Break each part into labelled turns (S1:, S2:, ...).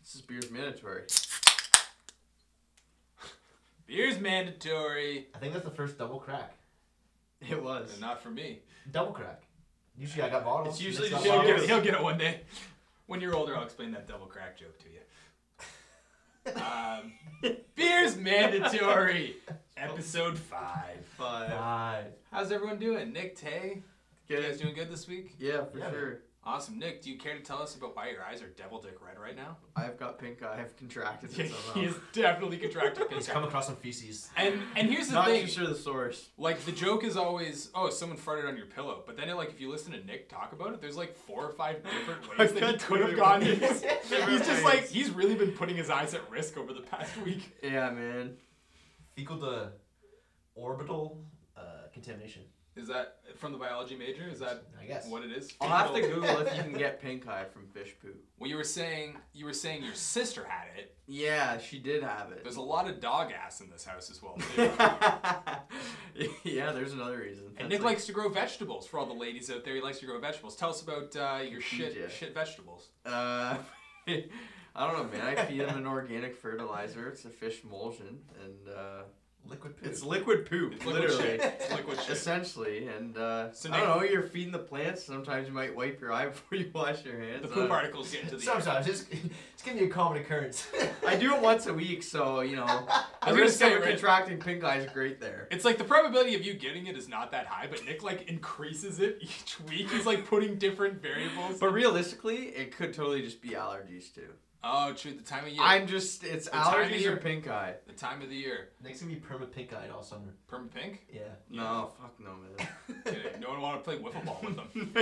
S1: This is beer's mandatory.
S2: Beer's mandatory.
S3: I think that's the first double crack.
S1: It was.
S2: And not for me.
S3: Double crack. Usually I got bottles.
S1: It's usually
S3: Nick's
S1: just
S3: got
S2: He'll get,
S1: yours.
S2: it, he'll get it one day. When you're older, I'll explain that double crack joke to you. Um, beer's mandatory. Episode five.
S1: Five.
S3: Five.
S2: How's everyone doing? Nick Tay, you guys
S1: Good.
S2: doing good this week?
S1: Yeah, for
S3: Yeah.
S1: sure.
S2: Awesome, Nick. Do you care to tell us about why your eyes are devil dick red right now?
S1: I've got pink eye. I've contracted it somehow.
S2: He's definitely contracted pink
S3: He's come
S2: eye.
S3: across some feces.
S2: And and here's the
S1: Not
S2: thing.
S1: too sure the source.
S2: Like the joke is always, oh, someone farted on your pillow. But then, like, if you listen to Nick talk about it, there's like four or five different ways
S1: I've
S2: that he
S1: got
S2: could have
S1: different
S2: gone.
S1: ways.
S2: He's, he's
S1: ways.
S2: just like he's really been putting his eyes at risk over the past week.
S1: Yeah, man.
S3: Fecal to orbital uh, contamination.
S2: Is that from the biology major? Is that
S3: I guess.
S2: what it is?
S1: I'll have to Google if you can get pink eye from fish poo.
S2: Well, you were saying you were saying your sister had it.
S1: Yeah, she did have it.
S2: There's a lot of dog ass in this house as well. Too.
S1: yeah, there's another reason.
S2: And
S1: That's
S2: Nick
S1: like-
S2: likes to grow vegetables. For all the ladies out there, he likes to grow vegetables. Tell us about uh, your shit
S1: PJ.
S2: shit vegetables.
S1: Uh, I don't know, man. I feed him an organic fertilizer. It's a fish emulsion, and uh,
S3: Liquid poo.
S1: it's liquid poop,
S2: It's liquid
S1: literally.
S2: shit. It's liquid shit.
S1: Essentially, and uh,
S2: So
S1: I
S2: Nick-
S1: don't know. You're feeding the plants. Sometimes you might wipe your eye before you wash your hands. uh,
S2: The
S1: I
S2: poop
S1: don't know.
S2: particles get into the air.
S3: Sometimes it's it's gonna be a common occurrence.
S1: I do it once a week, so you know. I
S2: was gonna say, right?
S1: contracting pink eye is great there.
S2: It's like the probability of you getting it is not that high, but Nick like increases it each week. He's like putting different variables.
S1: But realistically, it could totally just be allergies too.
S2: oh, true. The time of year.
S1: I'm just it's
S2: time of
S1: allergies
S2: year-
S1: or pink eye.
S2: the time of the year.
S3: Nick's gonna be perma pink eyed all summer.
S2: Perm pink.
S3: Yeah.
S1: No, fuck no, man.
S2: Kidding. No one want to play wiffle ball with them.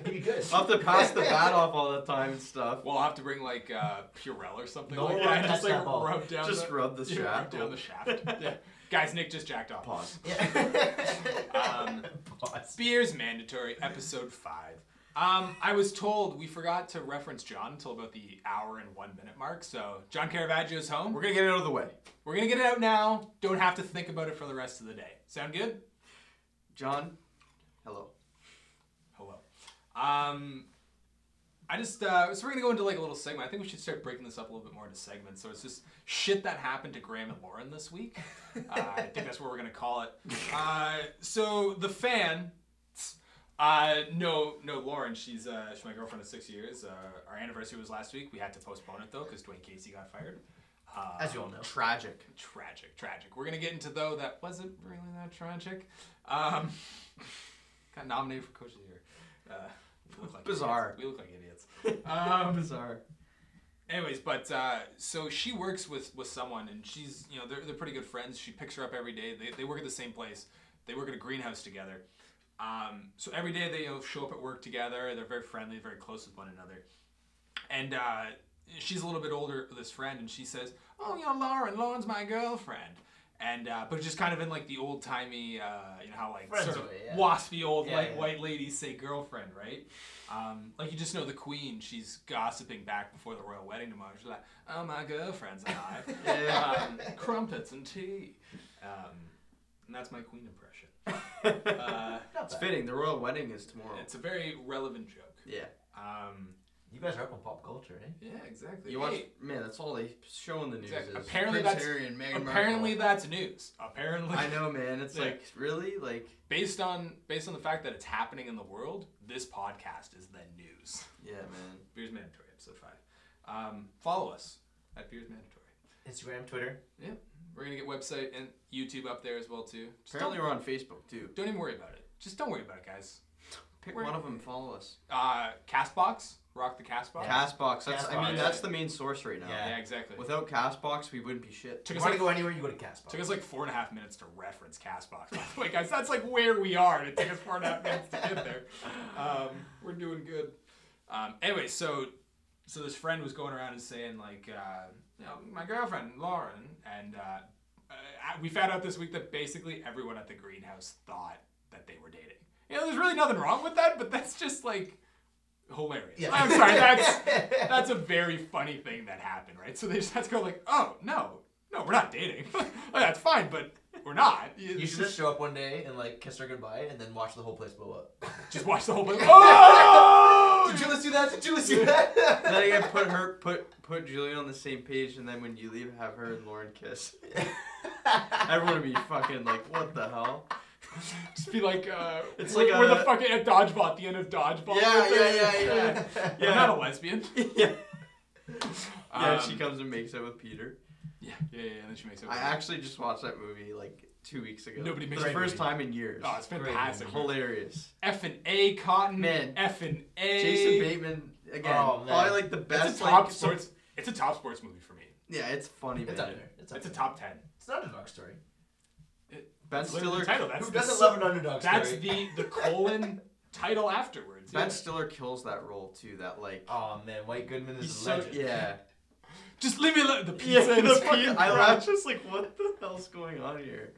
S3: Maybe good.
S1: I'll have to pass the bat off all the time and stuff.
S2: Well, I'll have to bring like uh, Purell or something
S3: No
S2: like
S3: one
S2: that.
S3: touch
S2: Just like
S3: that ball.
S2: rub down
S1: Just
S2: the,
S1: rub the
S2: yeah, rub
S1: shaft.
S2: down the shaft. Yeah. Guys, Nick just jacked off.
S1: Pause.
S3: Yeah.
S2: Um,
S3: Pause.
S2: Spears Mandatory, episode five. Um, I was told we forgot to reference John until about the hour and one minute mark. So John Caravaggio's home.
S1: We're gonna get it out of the way.
S2: We're gonna get it out now. Don't have to think about it for the rest of the day. Sound good?
S1: John, hello.
S2: Hello. Oh, Um, I just uh, so we're gonna go into like a little segment. I think we should start breaking this up a little bit more into segments. So it's just shit that happened to Graham and Lauren this week. Uh, I think that's what we're gonna call it. Uh, so the fan. Uh, no, no, Lauren. She's uh, she's my girlfriend of six years. Uh, our anniversary was last week. We had to postpone it though because Dwayne Casey got fired. Uh,
S3: As you all know.
S1: Tragic.
S2: tragic, tragic. We're gonna get into though that wasn't really that tragic. Um, got nominated for Coach of the Year. Uh, we look like
S1: Bizarre.
S2: idiots. We look like idiots. Um,
S1: Bizarre.
S2: anyways, but uh, so she works with with someone, and she's you know they're they're pretty good friends. She picks her up every day. They they work at the same place. They work at a greenhouse together. Um, so every day they you know, show up at work together. They're very friendly, very close with one another and uh, she's a little bit older this friend and she says oh you know lauren lauren's my girlfriend and uh, but just kind of in like the old timey uh, you know how like
S3: Friends
S2: sort of
S3: way, yeah.
S2: waspy old
S3: Yeah,
S2: like
S3: yeah.
S2: white ladies say girlfriend right um, like you just know the queen she's gossiping back before the royal wedding tomorrow she's like oh my girlfriend's alive
S1: Yeah.
S2: um, crumpets and tea um, and that's my queen impression uh,
S3: Not
S1: It's
S3: bad.
S1: fitting. The royal wedding is tomorrow.
S2: it's a very relevant joke
S1: Yeah.
S2: um,
S3: You guys are up on pop culture, eh?
S2: yeah exactly
S1: You watch,
S2: Hey,
S1: man. That's all they show in the news.
S2: Exactly.
S1: Is
S2: Apparently
S1: Prince
S2: that's-
S1: Harry and Meghan Markle.
S2: Apparently that's news. Apparently,
S1: I know, man. It's
S2: Yeah.
S1: like really like
S2: based on based on the fact that it's happening in the world, this podcast is the news.
S1: yeah, man.
S2: Beers mandatory episode five. Um, follow us at Beers mandatory.
S3: Instagram, Twitter.
S2: We're gonna get website and YouTube up there as well too. Just
S1: Apparently
S2: don't,
S1: we're on Facebook too.
S2: don't even worry about it. Just don't worry about it, guys.
S1: Pick
S2: We're-
S1: one of them. Follow us.
S2: Uh, Castbox, rock the Castbox.
S3: Yeah.
S1: Castbox. That's. I
S3: Castbox.
S1: mean, that's the main source right now.
S3: Yeah.
S2: yeah, exactly.
S1: Without Castbox, we wouldn't be shit.
S2: took
S3: you
S2: us
S3: want
S2: like
S3: to go anywhere, you go to Castbox.
S2: took us like four and a half minutes to reference Castbox. By the way, guys, that's like where we are, and it took us four and a half minutes to get there. Um, we're doing good. Um, anyway, so so this friend was going around and saying like, uh, you know, my girlfriend Lauren, and uh, uh, we found out this week that basically everyone at the greenhouse thought that they were dating. You know, there's really nothing wrong with that, but that's just like hilarious.
S3: Yeah.
S2: I'm sorry, that's that's a very funny thing that happened, right? So they just had to go like, oh no, no, we're not dating. Like, that's fine, but or not.
S3: You should just show up one day and like kiss her goodbye and then watch the whole place blow up.
S2: just watch the whole thing. Oh!
S3: Did Julius do that? Did Julius do that?
S1: then again, put her, put put Julia on the same page, and then when you leave, have her and Lauren kiss. Everyone would be fucking like, what the hell?
S2: Just be like, uh,
S1: It's
S2: we're,
S1: like
S2: we're the
S1: a-
S2: fucking at dodgeball at the end of dodgeball.
S1: Yeah, yeah, yeah, yeah.
S2: Yeah, I'm not a lesbian.
S1: yeah. Yeah,
S2: Um,
S1: she comes and makes out with Peter.
S2: Yeah, yeah, yeah. And then she makes it.
S1: I actually just watched that movie like two weeks ago.
S2: Nobody
S1: For
S2: makes
S1: the
S3: that
S1: first
S3: movie.
S1: time in years.
S2: Oh, it's fantastic.
S1: Hilarious.
S2: F and A Cotton.
S1: Man.
S2: F and A.
S1: Jason Bateman again.
S3: Oh, man.
S1: probably like the
S2: It's
S1: best.
S2: a top
S1: like,
S2: sports. It's a top sports movie for me.
S1: Yeah, it's funny,
S3: It's
S1: man.
S3: up there. It's, up
S2: It's a
S3: there.
S2: top ten.
S3: It's an underdog story.
S1: Ben
S2: Look at the
S1: Stiller.
S2: title. That's
S3: Who
S2: the
S3: doesn't
S2: s-
S3: love an underdog story?
S2: That's the the colon title afterwards.
S1: Ben
S2: yeah.
S1: Stiller kills that role too. That like.
S3: Oh man, White Goodman is
S1: he's
S3: a
S1: so
S3: legend.
S1: yeah.
S2: Just leave me alone. The pizza. and
S1: the
S2: the fucking
S1: pe- I
S2: crap.
S1: laughed just like, what the hell's going on here?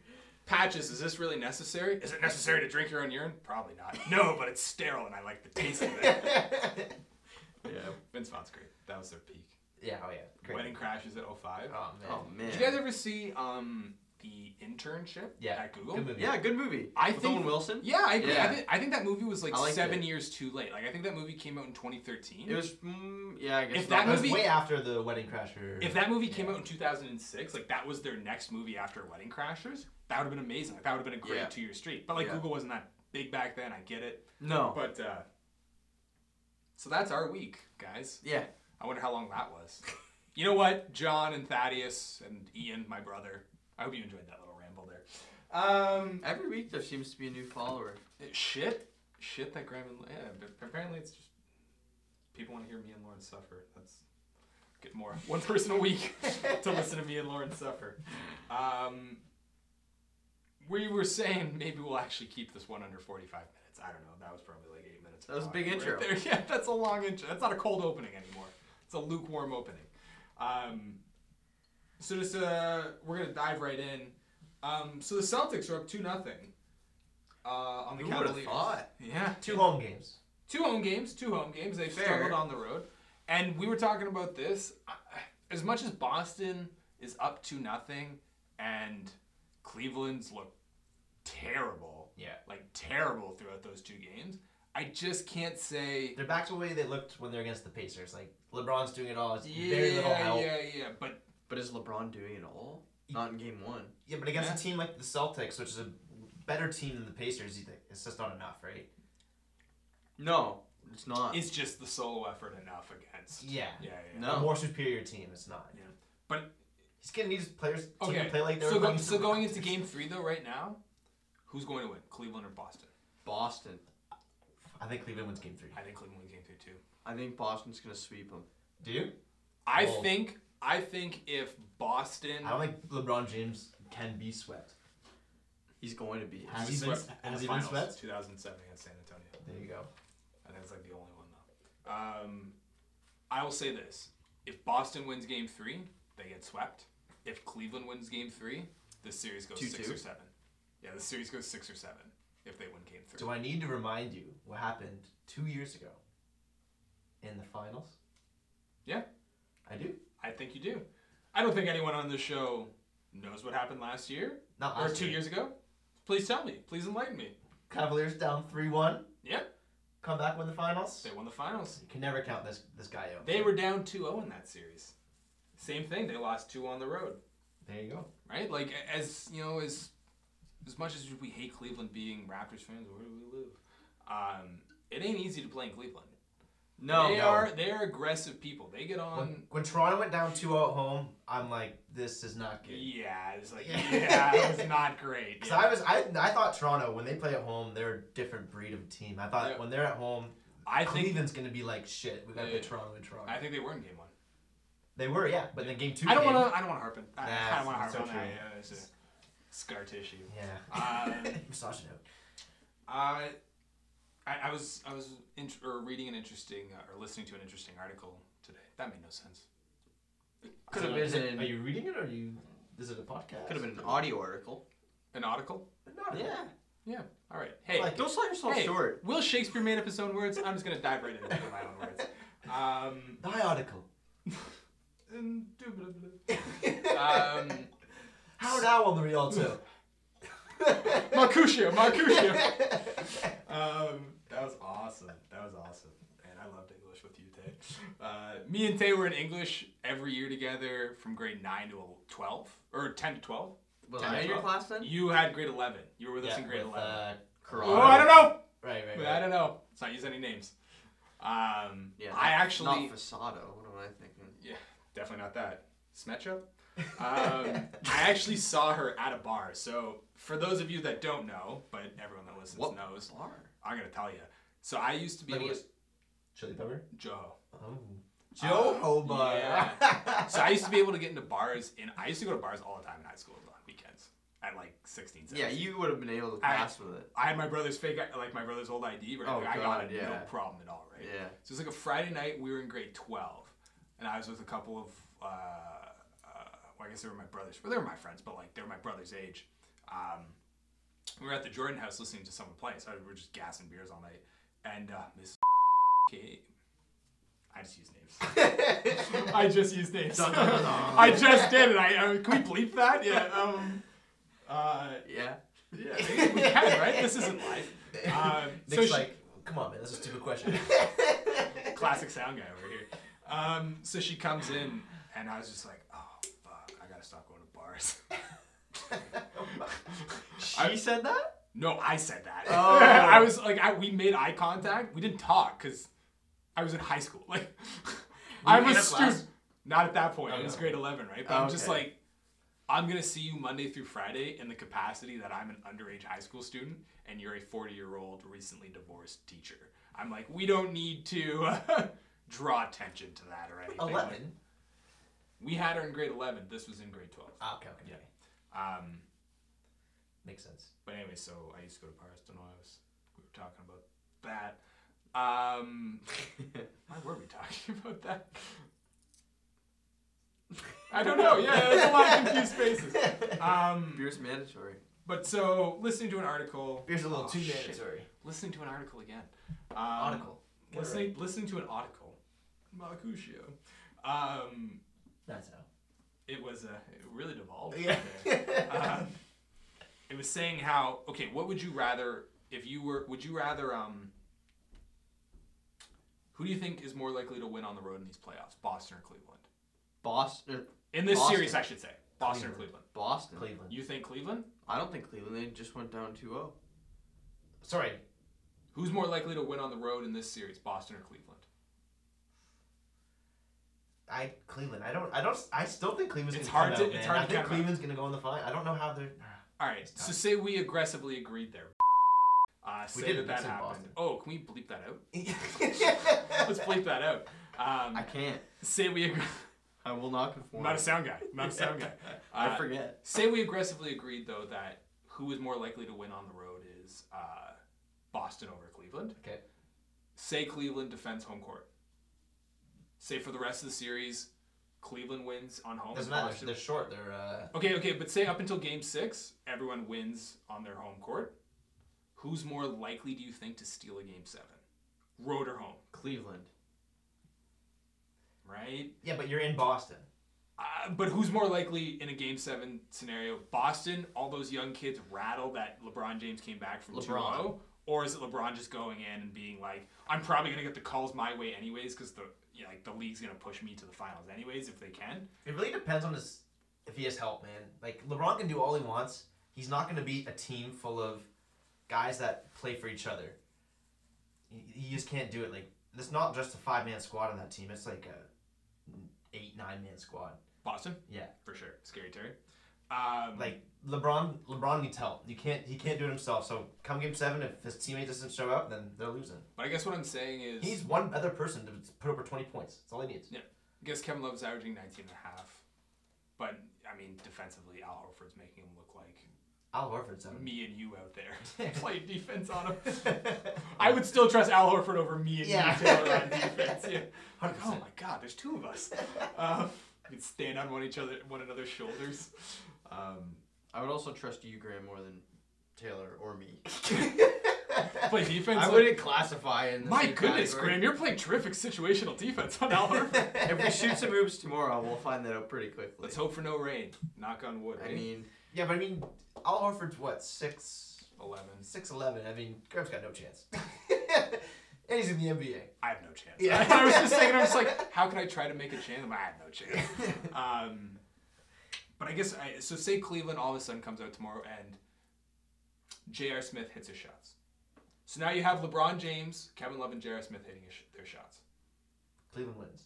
S2: Patches, is this really necessary? Is it necessary to drink your own urine? Probably not. No, but it's sterile and I like the taste of it.
S1: Yeah.
S2: Vince Vaughn's great. That was their peak.
S3: yeah, oh yeah. Great.
S2: Wedding Crashes at 05.
S3: Oh man.
S1: Oh man.
S2: Did you guys ever see um, the internship
S3: Yeah.
S2: at Google?
S3: Good movie.
S1: yeah, good movie.
S2: I
S1: With
S2: think-
S1: Owen Wilson.
S2: Yeah, I agree.
S1: Yeah.
S2: I, think, I think that movie was like
S1: I liked
S2: seven
S1: it.
S2: years too late. Like I think that movie came out in 2013.
S1: It was. Mm, yeah, I guess.
S2: If
S1: not
S2: that
S3: That was
S2: movie-
S3: way after the Wedding Crasher.
S2: if that movie came out in 2006, like that was their next movie after Wedding Crashers, that would have been amazing. Like that would have been a great
S1: Yeah.
S2: two-year streak. But like
S1: Yeah.
S2: Google wasn't that big back then. I get it.
S1: no.
S2: But uh, so that's our week, guys.
S1: Yeah.
S2: I wonder how long that was. You know what, John and Thaddeus and Ian, my brother. I hope you enjoyed that little ramble there. Um,
S1: Every week there seems to be a new follower.
S2: shit, shit that Graham and yeah, but apparently it's just people want to hear me and Lauren suffer. That's get more one person a week to listen to me and Lauren suffer. Um, we were saying maybe we'll actually keep this one under 45 minutes. I don't know. That was probably like eight minutes. of
S1: That was a
S2: talking
S1: big intro.
S2: Right there. Yeah, that's a long intro. That's not a cold opening anymore. It's a lukewarm opening. Um, so just uh, we're gonna dive right in. Um, so the Celtics are up two nothing. Uh, on the
S1: Who would've
S2: Cavaliers.
S1: thought?
S2: Yeah,
S3: two home games.
S2: two home games, two home games. They've
S1: Fair.
S2: struggled on the road, and we were talking about this. I- As much as Boston is up to nothing, and Cleveland's look terrible,
S3: Yeah.
S2: like terrible throughout those two games. I just can't say.
S3: They're back to the way they looked when they're against the Pacers. Like LeBron's doing it all. It's very little
S2: Yeah,
S3: help.
S2: yeah, yeah. But
S1: But is LeBron doing it all? Not in game one.
S3: Yeah, but against
S2: Yeah.
S3: a team like the Celtics, which is a better team than the Pacers, you think it's just not enough, right?
S1: No, it's not.
S2: is just the solo effort enough against?
S3: Yeah.
S2: Yeah, yeah.
S1: No.
S3: A more superior team, it's not.
S2: Yeah. But-
S3: he's gonna need his players to
S2: Okay.
S3: play like they're
S2: so, go, so going into game three though, right now, who's going to win? Cleveland or Boston?
S1: Boston.
S3: I think Cleveland wins game three.
S2: I think Cleveland wins game three too.
S1: I think Boston's gonna sweep them.
S3: Do you?
S2: I
S3: Oh.
S2: think I think if Boston
S3: I don't think LeBron James can be swept.
S1: He's going to be.
S3: Has
S2: was
S3: he been-
S2: swept in
S3: has
S2: the
S3: he been
S2: finals
S3: swept?
S2: in 2007 against San Antonio.
S3: There you go.
S2: I think it's like the only one though. Um, I will say this: if Boston wins Game Three, they get swept. If Cleveland wins Game Three, this series goes six
S1: 2-2?
S2: or seven. Yeah, the series goes six or seven if they win Game Three.
S3: Do I need to remind you what happened two years ago in the finals?
S2: Yeah.
S3: I do.
S2: I think you do. I don't think anyone on this show knows what happened last year
S3: Not
S2: or
S3: last
S2: two
S3: year.
S2: years ago. Please tell me. Please enlighten me.
S3: Cavaliers down three one.
S2: Yep.
S3: Come back win the finals.
S2: They won the finals.
S3: You can never count this this guy out.
S2: They were down 2-0 in that series. Same thing. They lost two on the road.
S3: There you go.
S2: right? Like a- as you know, as as much as we hate Cleveland being Raptors fans, where do we live? Um, it ain't easy to play in Cleveland.
S1: No,
S2: they
S1: no.
S2: are they're aggressive people. They get
S3: When,
S2: on.
S3: when Toronto went down 2 0 at home, I'm like, this is not good.
S2: Yeah, it's like
S3: Yeah.
S2: yeah, it's not great.
S3: Because
S2: Yeah.
S3: I was, I, I thought Toronto when they play at home, they're a different breed of team. I thought
S2: Yeah.
S3: when they're at home,
S2: I think
S3: Cleveland's gonna be like shit. We gotta
S2: Yeah.
S3: play Toronto and Toronto.
S2: I think they were in game one.
S3: they were, yeah, but then game two.
S2: I don't
S3: came.
S2: want to. I don't want to harp on. I,
S3: Nah,
S2: I don't want to harp
S3: it's-
S2: on
S3: it's
S2: that.
S3: okay.
S2: Yeah, it's a scar tissue.
S3: Yeah.
S2: Um,
S3: Massage it out.
S2: Uh, I, I was I was in, or reading an interesting uh, or listening to an interesting article today. That made no sense.
S1: Could
S3: Is
S1: have
S3: it- is
S1: been
S3: it-
S1: an,
S3: Are you reading it or are you? Is it a podcast?
S1: could have been an audio article.
S2: An article.
S3: Not
S1: Yeah.
S2: Yeah. All right. Hey,
S3: Like-
S1: Don't sell yourself
S2: hey,
S1: short.
S2: Will Shakespeare made up his own words? I'm just gonna dive right into making my own words. Um,
S3: Thy article.
S2: indubitably. um,
S3: How now on the Rialto?
S2: Mercutio, Mercutio. Um, that was awesome. That was awesome. Man, I loved English with you, Tay. Uh, me and Tay were in English every year together from grade 9 to 12, or 10 to 12.
S1: Was
S2: 10
S1: I
S2: to
S1: in your
S2: 12?
S1: class then?
S2: You had grade 11. You were with us
S3: yeah,
S2: in grade
S3: with,
S2: 11.
S3: Uh, karate.
S2: oh, I don't know.
S3: Right, right,
S2: But
S3: right.
S2: I don't know. Let's not use any names. Um,
S1: Yeah.
S2: I
S1: not-
S2: actually.
S1: Not Fasado. What am I thinking?
S2: Definitely not that. Smetcha? Um, I actually saw her at a bar. So, for those of you that don't know, but everyone that listens
S1: What?
S2: knows,
S1: Bar.
S2: I'm going to tell you. So, I used to be
S3: Let me
S2: able to.
S3: guess. Chili pepper.
S2: Joho.
S3: Oh.
S2: Joe
S3: Hoba.
S2: Uh, yeah. So I used to be able to get into bars, and I used to go to bars all the time in high school on weekends at like 16, 17.
S1: Yeah, you would have been able to
S2: I-
S1: pass with it.
S2: I had my brother's fake, like my brother's old ID, right?
S1: Oh,
S2: I got
S1: God,
S2: it, no
S1: yeah.
S2: problem at all, right?
S1: Yeah.
S2: So it's like a Friday night. We were in grade 12, and I was with a couple of, uh, uh, well, I guess they were my brothers. Well, they were my friends, but like they were my brother's age. Um, we were at the Jordan house listening to someone play, so we were just gassing beers all night. And uh, Miss came. I just use names. I just use names.
S1: Dun, dun, dun, dun.
S2: I just did it. I, uh, can we bleep that? Yeah. Um, uh,
S1: Yeah.
S2: yeah, we can, right? This isn't live. Um, so
S3: Nick's
S2: she-
S3: like, come on, man, that's a stupid question.
S2: classic sound guy over here. Um, so she comes in, and I was just like, oh fuck, I gotta stop going to bars.
S1: She
S2: I-
S1: said that?
S2: no, I said that.
S1: Oh.
S2: I was like, I, we made eye contact. We didn't talk because I was in high school. Like, I
S3: in
S2: was
S3: a class?
S2: stu- Not at that point.
S3: Oh,
S2: I was
S3: no.
S2: grade eleven, right? But
S1: Oh,
S2: I'm just
S1: okay.
S2: like, I'm gonna see you Monday through Friday in the capacity that I'm an underage high school student, and you're a 40 year old recently divorced teacher. I'm like, we don't need to draw attention to that or anything.
S3: Eleven.
S2: We had her in grade 11. This was in grade 12.
S3: Ah, okay, okay,
S2: Yeah.
S3: okay.
S2: Um,
S3: Makes sense.
S2: but anyway, so I used to go to Paris. Don't know why I was we were talking about that. Um, why were we talking about that? I don't know. Yeah, there's a lot of confused faces. Um,
S1: Beer's mandatory.
S2: but so listening to an article,
S3: Beer's a little
S2: Oh,
S3: too
S2: shit.
S3: mandatory.
S2: listening to an article again. Um,
S3: Article. Get it
S2: Listening, listening to an article. Mercutio. Um,
S3: That's how.
S2: it was uh, it really devolved.
S3: Yeah. Uh-huh.
S2: um, it was saying how okay what would you rather if you were would you rather um who do you think is more likely to win on the road in these playoffs boston or cleveland
S1: Boston.
S2: in this
S1: Boston.
S2: series i should say boston or cleveland
S1: Boston.
S3: Cleveland.
S2: you think cleveland
S1: I don't think Cleveland. They just went down oh. 2-0.
S3: Sorry.
S2: who's more likely to win on the road in this series boston or cleveland
S3: I Cleveland. I don't. I don't. I still think Cleveland's
S2: It's
S3: gonna
S2: hard
S3: come
S2: to-
S3: out,
S2: it's
S3: man.
S2: hard
S3: I
S2: to
S3: think
S2: count 'em out.
S3: Cleveland's gonna go in the final. I don't know how they're.
S2: all right
S3: It's
S2: so
S3: tough.
S2: say we aggressively agreed there uh, say that
S3: didn't,
S2: that
S3: it's in
S2: happened
S3: Boston.
S2: oh can we bleep that out let's bleep that out um,
S1: I can't.
S2: say we agree
S1: I will not
S2: I'm
S1: conform.
S2: not a sound guy I'm not a sound guy
S1: I
S2: Uh,
S1: forget.
S2: Say we aggressively agreed though that who is more likely to win on the road is uh, Boston over Cleveland.
S3: Okay.
S2: Say Cleveland defends home court. Say for the rest of the series, Cleveland wins on home.
S3: Doesn't
S2: and
S3: matter.
S2: Boston-
S3: They're short. They're. uh
S2: Okay, okay, but say up until game six, everyone wins on their home court. Who's more likely do you think to steal a game seven? Road or home,
S1: Cleveland.
S2: right?
S3: Yeah, but you're in Boston.
S2: Uh, but who's more likely in a game seven scenario? Boston, all those young kids rattle that LeBron James came back from 2
S1: LeBron.
S2: 0? Or is it LeBron just going in and being like, I'm probably going to get the calls my way anyways because the you know, like the league's going to push me to the finals anyways if they can?
S3: It really depends on his if he has help, man. Like LeBron can do all he wants. He's not going to beat a team full of guys that play for each other. He, he just can't do it. Like it's not just a five man squad on that team. It's like a eight nine man squad.
S2: Boston?
S3: Yeah.
S2: For sure. Scary Terry. Um,
S3: Like LeBron, LeBron needs help. You can't. He can't do it himself. So come game seven, if his teammate doesn't show up, then they're losing.
S2: but I guess what I'm saying is,
S3: He needs one other person to put over twenty points. That's all he needs.
S2: Yeah. I guess Kevin Love's averaging 19 and a half. But, I mean, defensively, Al Horford's making him look like
S3: Al Horford's out.
S2: me and you out there playing defense on him. I would still trust Al Horford over me and
S3: Yeah.
S2: you Taylor on defense. Yeah. Like, oh
S3: 100%.
S2: my God, there's two of us. Um, we could stand on one each other, one another's shoulders. Um,
S1: I would also trust you, Graham, more than Taylor or me.
S2: play defense.
S1: I
S2: like-
S1: wouldn't classify in the
S2: my
S1: same
S2: goodness,
S1: category.
S2: Graham, you're playing terrific situational defense on Al Horford.
S1: If we shoot some hoops tomorrow, we'll find that out pretty quickly.
S2: Let's hope for no rain. Knock on wood.
S1: I
S2: eh?
S1: mean,
S3: Yeah, but I mean, Al Horford's what six
S2: Eleven.
S3: six eleven. I mean, Graham's got no chance. and he's in the NBA.
S2: I have no chance.
S3: Yeah.
S2: I, was just thinking, I was like, how can I try to make a chance? I'm like, I have no chance. Um, but I guess I, so. Say Cleveland all of a sudden comes out tomorrow and J.R. Smith hits his shots. So now you have LeBron James, Kevin Love, and J.R. Smith hitting his, sh- their shots,
S3: Cleveland wins.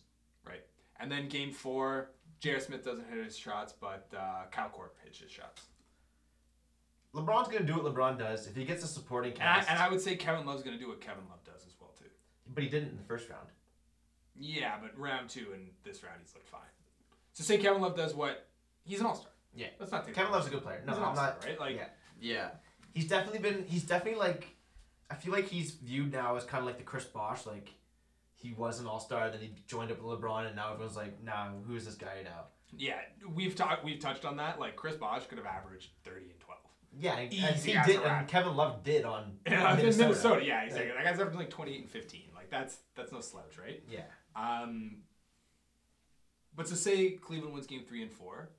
S2: right? And then Game Four, J.R. Smith doesn't hit his shots, but uh, Kyle Korver hits his shots.
S3: LeBron's gonna do what LeBron does if he gets a supporting
S2: And I,
S3: cast.
S2: and I would say Kevin Love's going to do what Kevin Love does as well too.
S3: but he didn't in the first round.
S2: Yeah, but round two and this round he's looked fine. So say Kevin Love does what he's an all star.
S3: Yeah.
S2: Let's not take
S3: Kevin Love's a good player. No,
S2: He's an
S3: I'm
S2: all-star,
S3: not.
S2: right? Like
S3: yeah.
S1: Yeah.
S3: He's definitely been. He's definitely like. I feel like he's viewed now as kind of like the Chris Bosh. Like, he was an All Star, then he joined up with LeBron, and now everyone's like, "Nah, who is this guy now?"
S2: yeah, we've talked we've touched on that. Like Chris Bosch could have averaged thirty and twelve.
S3: Yeah, and,
S2: Easy
S3: and he
S2: as a
S3: did,
S2: rat.
S3: and Kevin Love did on
S2: Yeah, in
S3: Minnesota.
S2: Minnesota, yeah, exactly. That guy's averaging like twenty eight and fifteen. Like that's that's no slouch, right?
S3: Yeah,
S2: Um But so say Cleveland wins game three and four.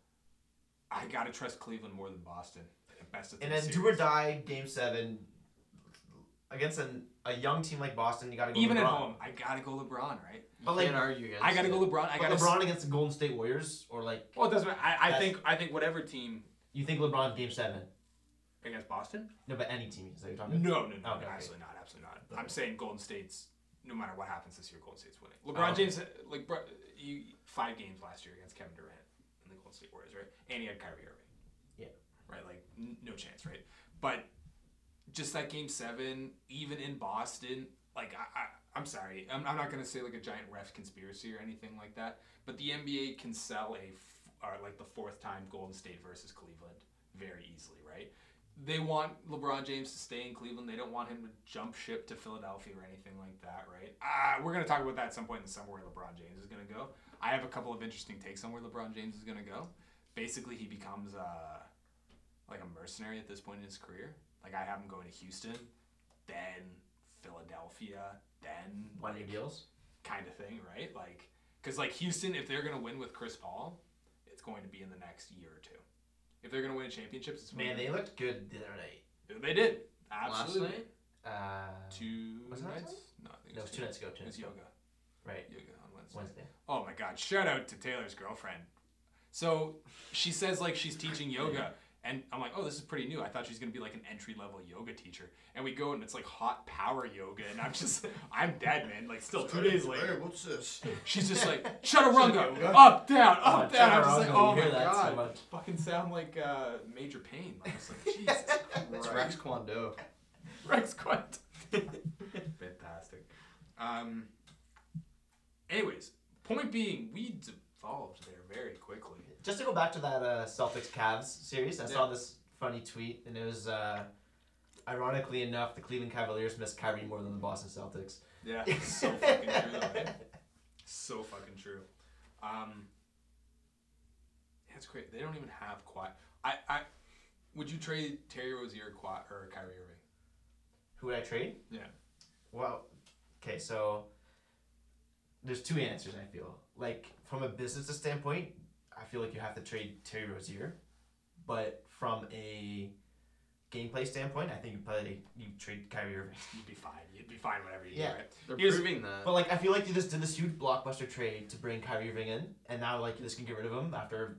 S2: I gotta trust Cleveland more than Boston. in a Best of
S3: and
S2: three
S3: then do or
S2: series.
S3: die Game Seven against an, a young team like Boston. You got to go
S2: even
S3: LeBron.
S2: at home, I gotta go LeBron, right?
S1: You
S3: But, like,
S1: can't argue against
S2: I gotta
S1: it.
S2: go LeBron. I
S3: But
S2: gotta
S3: LeBron against the Golden State Warriors, or like
S2: Well, it doesn't matter. I, I
S3: That's-
S2: think I think whatever team
S3: you think LeBron Game Seven?
S2: against Boston.
S3: No, but any team. Is that what you're talking about?
S2: No, no, no, no,
S3: Okay.
S2: absolutely not, absolutely not. I'm
S3: Okay.
S2: saying Golden State's. No matter what happens this year, Golden State's winning. LeBron
S3: Oh, okay.
S2: James, like bro, you, five games last year against Kevin Durant and the Golden State Warriors, right? And he had Kyrie Irving.
S3: Yeah.
S2: Right, like n- no chance, right? But just that game seven, even in Boston, like I, I I'm sorry, I'm, I'm not gonna say like a giant ref conspiracy or anything like that, but the NBA can sell a f- or like the fourth time Golden State versus Cleveland very easily, right? They want LeBron James to stay in Cleveland. They don't want him to jump ship to Philadelphia or anything like that, right? Uh, we're gonna talk about that at some point in the summer where LeBron James is gonna go. I have a couple of interesting takes on where LeBron James is gonna go. Basically, he becomes uh, like a mercenary at this point in his career. Like I have him going to Houston, then Philadelphia, then
S3: One year deals.
S2: kind of thing, right? Like, because like Houston, if they're gonna win with Chris Paul, it's going to be in the next year or two. If they're gonna win championships, it's
S3: Man, they looked good the other night.
S2: they did
S1: Last
S2: absolutely
S1: night?
S3: Uh,
S2: two
S3: Was it last
S2: nights.
S3: night?
S2: No, I think
S3: no, it was two nights ago. Two
S2: It
S3: nights
S2: was
S3: ago.
S2: yoga,
S3: Right.
S2: yoga on Wednesday.
S3: Wednesday.
S2: Oh my God! Shout out to Taylor's girlfriend. So she says like she's teaching yoga, and I'm like, oh, this is pretty new. I thought she's gonna be like an entry level yoga teacher. And we go and it's like hot power yoga, and I'm just, I'm dead, man. Like still two days later,
S1: what's this?
S2: She's just like chaturanga,
S1: Chaturanga.
S2: up down,
S3: Oh,
S2: up down. I'm just like,
S3: chaturanga,
S2: oh
S3: we
S2: my
S3: hear that so
S2: god,
S3: much.
S2: fucking sound like uh, Major Pain. I was like, Jesus
S1: It's
S2: Christ.
S1: Rex Kwando.
S2: Rex Quint. Fantastic. Um. Anyways, point being, we devolved there very quickly.
S3: Just to go back to that uh, Celtics Cavs series, I
S2: Yeah.
S3: saw this funny tweet, and it was uh, ironically enough, the Cleveland Cavaliers missed Kyrie more than the Boston Celtics.
S2: Yeah, so fucking true though. eh? So fucking true. Um. yeah, It's great. They don't even have Kawhi. I, I, would you trade Terry Rozier, Kawhi, or Kyrie Irving?
S3: Who would I trade?
S2: Yeah.
S3: Well, okay, so there's two answers I feel. Like from a business standpoint, I feel like you have to trade Terry Rozier, but from a gameplay standpoint, I think you play you trade Kyrie Irving.
S2: You'd be fine. You'd be fine. Whatever you
S3: Yeah.
S2: do, right?
S1: They're
S2: Here's-
S1: proving that.
S3: But like I feel like you just did this huge blockbuster trade to bring Kyrie Irving in, and now like you just can get rid of him after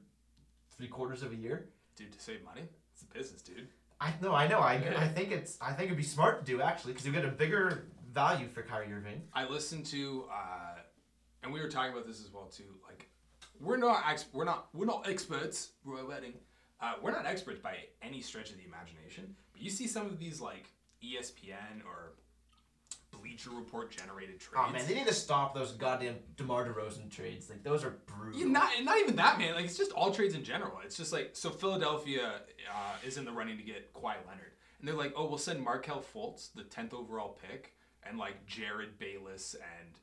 S3: three quarters of a year.
S2: Dude, to save money, it's a business, dude.
S3: I no, I know. I,
S2: Yeah.
S3: I think it's I think it'd be smart to do actually because you get a bigger value for Kyrie Irving.
S2: I listened to, uh, and we were talking about this as well too. Like, we're not ex- we're not we're not experts. Royal wedding. Uh, we're not experts by any stretch of the imagination. But you see some of these like E ESPN or Bleacher Report generated trades.
S3: Oh man, they need to stop those goddamn Demar Derozan trades. Like those are brutal.
S2: Yeah, not not even that man. Like it's just all trades in general. It's just like so Philadelphia uh, is in the running to get Kawhi Leonard, and they're like, oh, we'll send Markel Fultz, the tenth overall pick, and like Jared Bayless and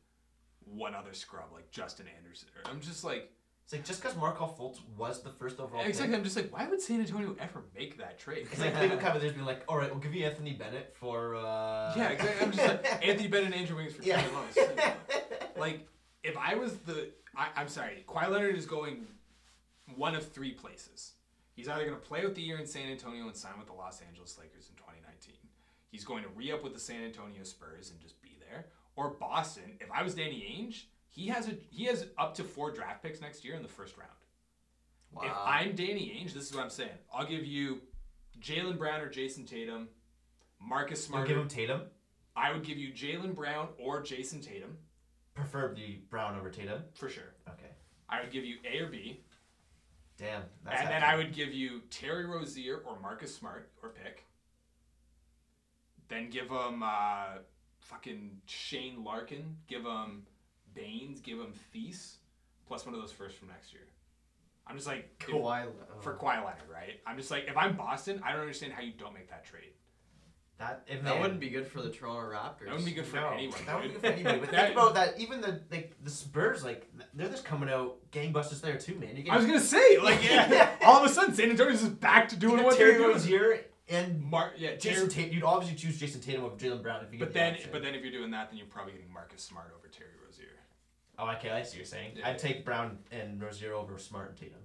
S2: one other scrub like Justin Anderson. I'm just like
S3: it's like just because Markov Fultz was the first overall
S2: exactly.
S3: pick.
S2: I'm just like, why would San Antonio ever make that trade?
S3: It's like Cleveland Cavaliers being like, all right, we'll give you Anthony Bennett for. uh...
S2: yeah, exactly. I'm just like Anthony Bennett and Andrew Wings for
S3: Yeah.
S2: Kevin Love. It's like- Like if I was the, I, I'm sorry, Kawhi Leonard is going one of three places. He's either going to play with the year in San Antonio and sign with the Los Angeles Lakers in 2019. He's going to re up with the San Antonio Spurs and just be there. Or Boston. If I was Danny Ainge, he has a he has up to four draft picks next year in the first round.
S3: Wow.
S2: If I'm Danny Ainge, this is what I'm saying. I'll give you Jalen Brown or Jason Tatum, Marcus
S3: You'll
S2: Smart.
S3: give him Tatum,
S2: I would give you Jalen Brown or Jason Tatum
S3: preferably Brown over Tatum.
S2: for sure.
S3: Okay.
S2: I would give you A or B,
S3: Damn.
S2: and then
S3: hefty.
S2: I would give you Terry Rozier or Marcus Smart or pick. Then give him uh, fucking Shane Larkin. Give him Baines. Give him Thies, plus one of those first from next year. I'm just like if-
S1: Kawhi.
S2: for Kawhi Leonard, right? I'm just like if I'm Boston, I don't understand how you don't make that trade.
S3: That if
S1: That
S3: they-
S1: wouldn't be good for the Toronto Raptors.
S2: That would be good for
S3: No,
S2: anyone.
S3: That would be
S2: dude.
S3: good for anybody. But
S2: That-
S3: think about that. Even the like the Spurs, like they're just coming out gangbusters there too, man. You're getting,
S2: I was gonna say, like, yeah, all of a sudden, San Antonio's is back to doing
S3: you
S2: what
S3: get
S2: they're
S3: Terry
S2: doing.
S3: Rozier and
S2: Mar- yeah, Terry,
S3: Jason Tatum. You'd obviously choose Jason Tatum over Jalen Brown if you get
S2: but
S3: the
S2: then,
S3: option.
S2: but then, if you're doing that, then you're probably getting Marcus Smart over Terry Rozier.
S3: oh, okay, I see what you're saying.
S2: Yeah.
S3: I'd take Brown and Rozier over Smart and Tatum.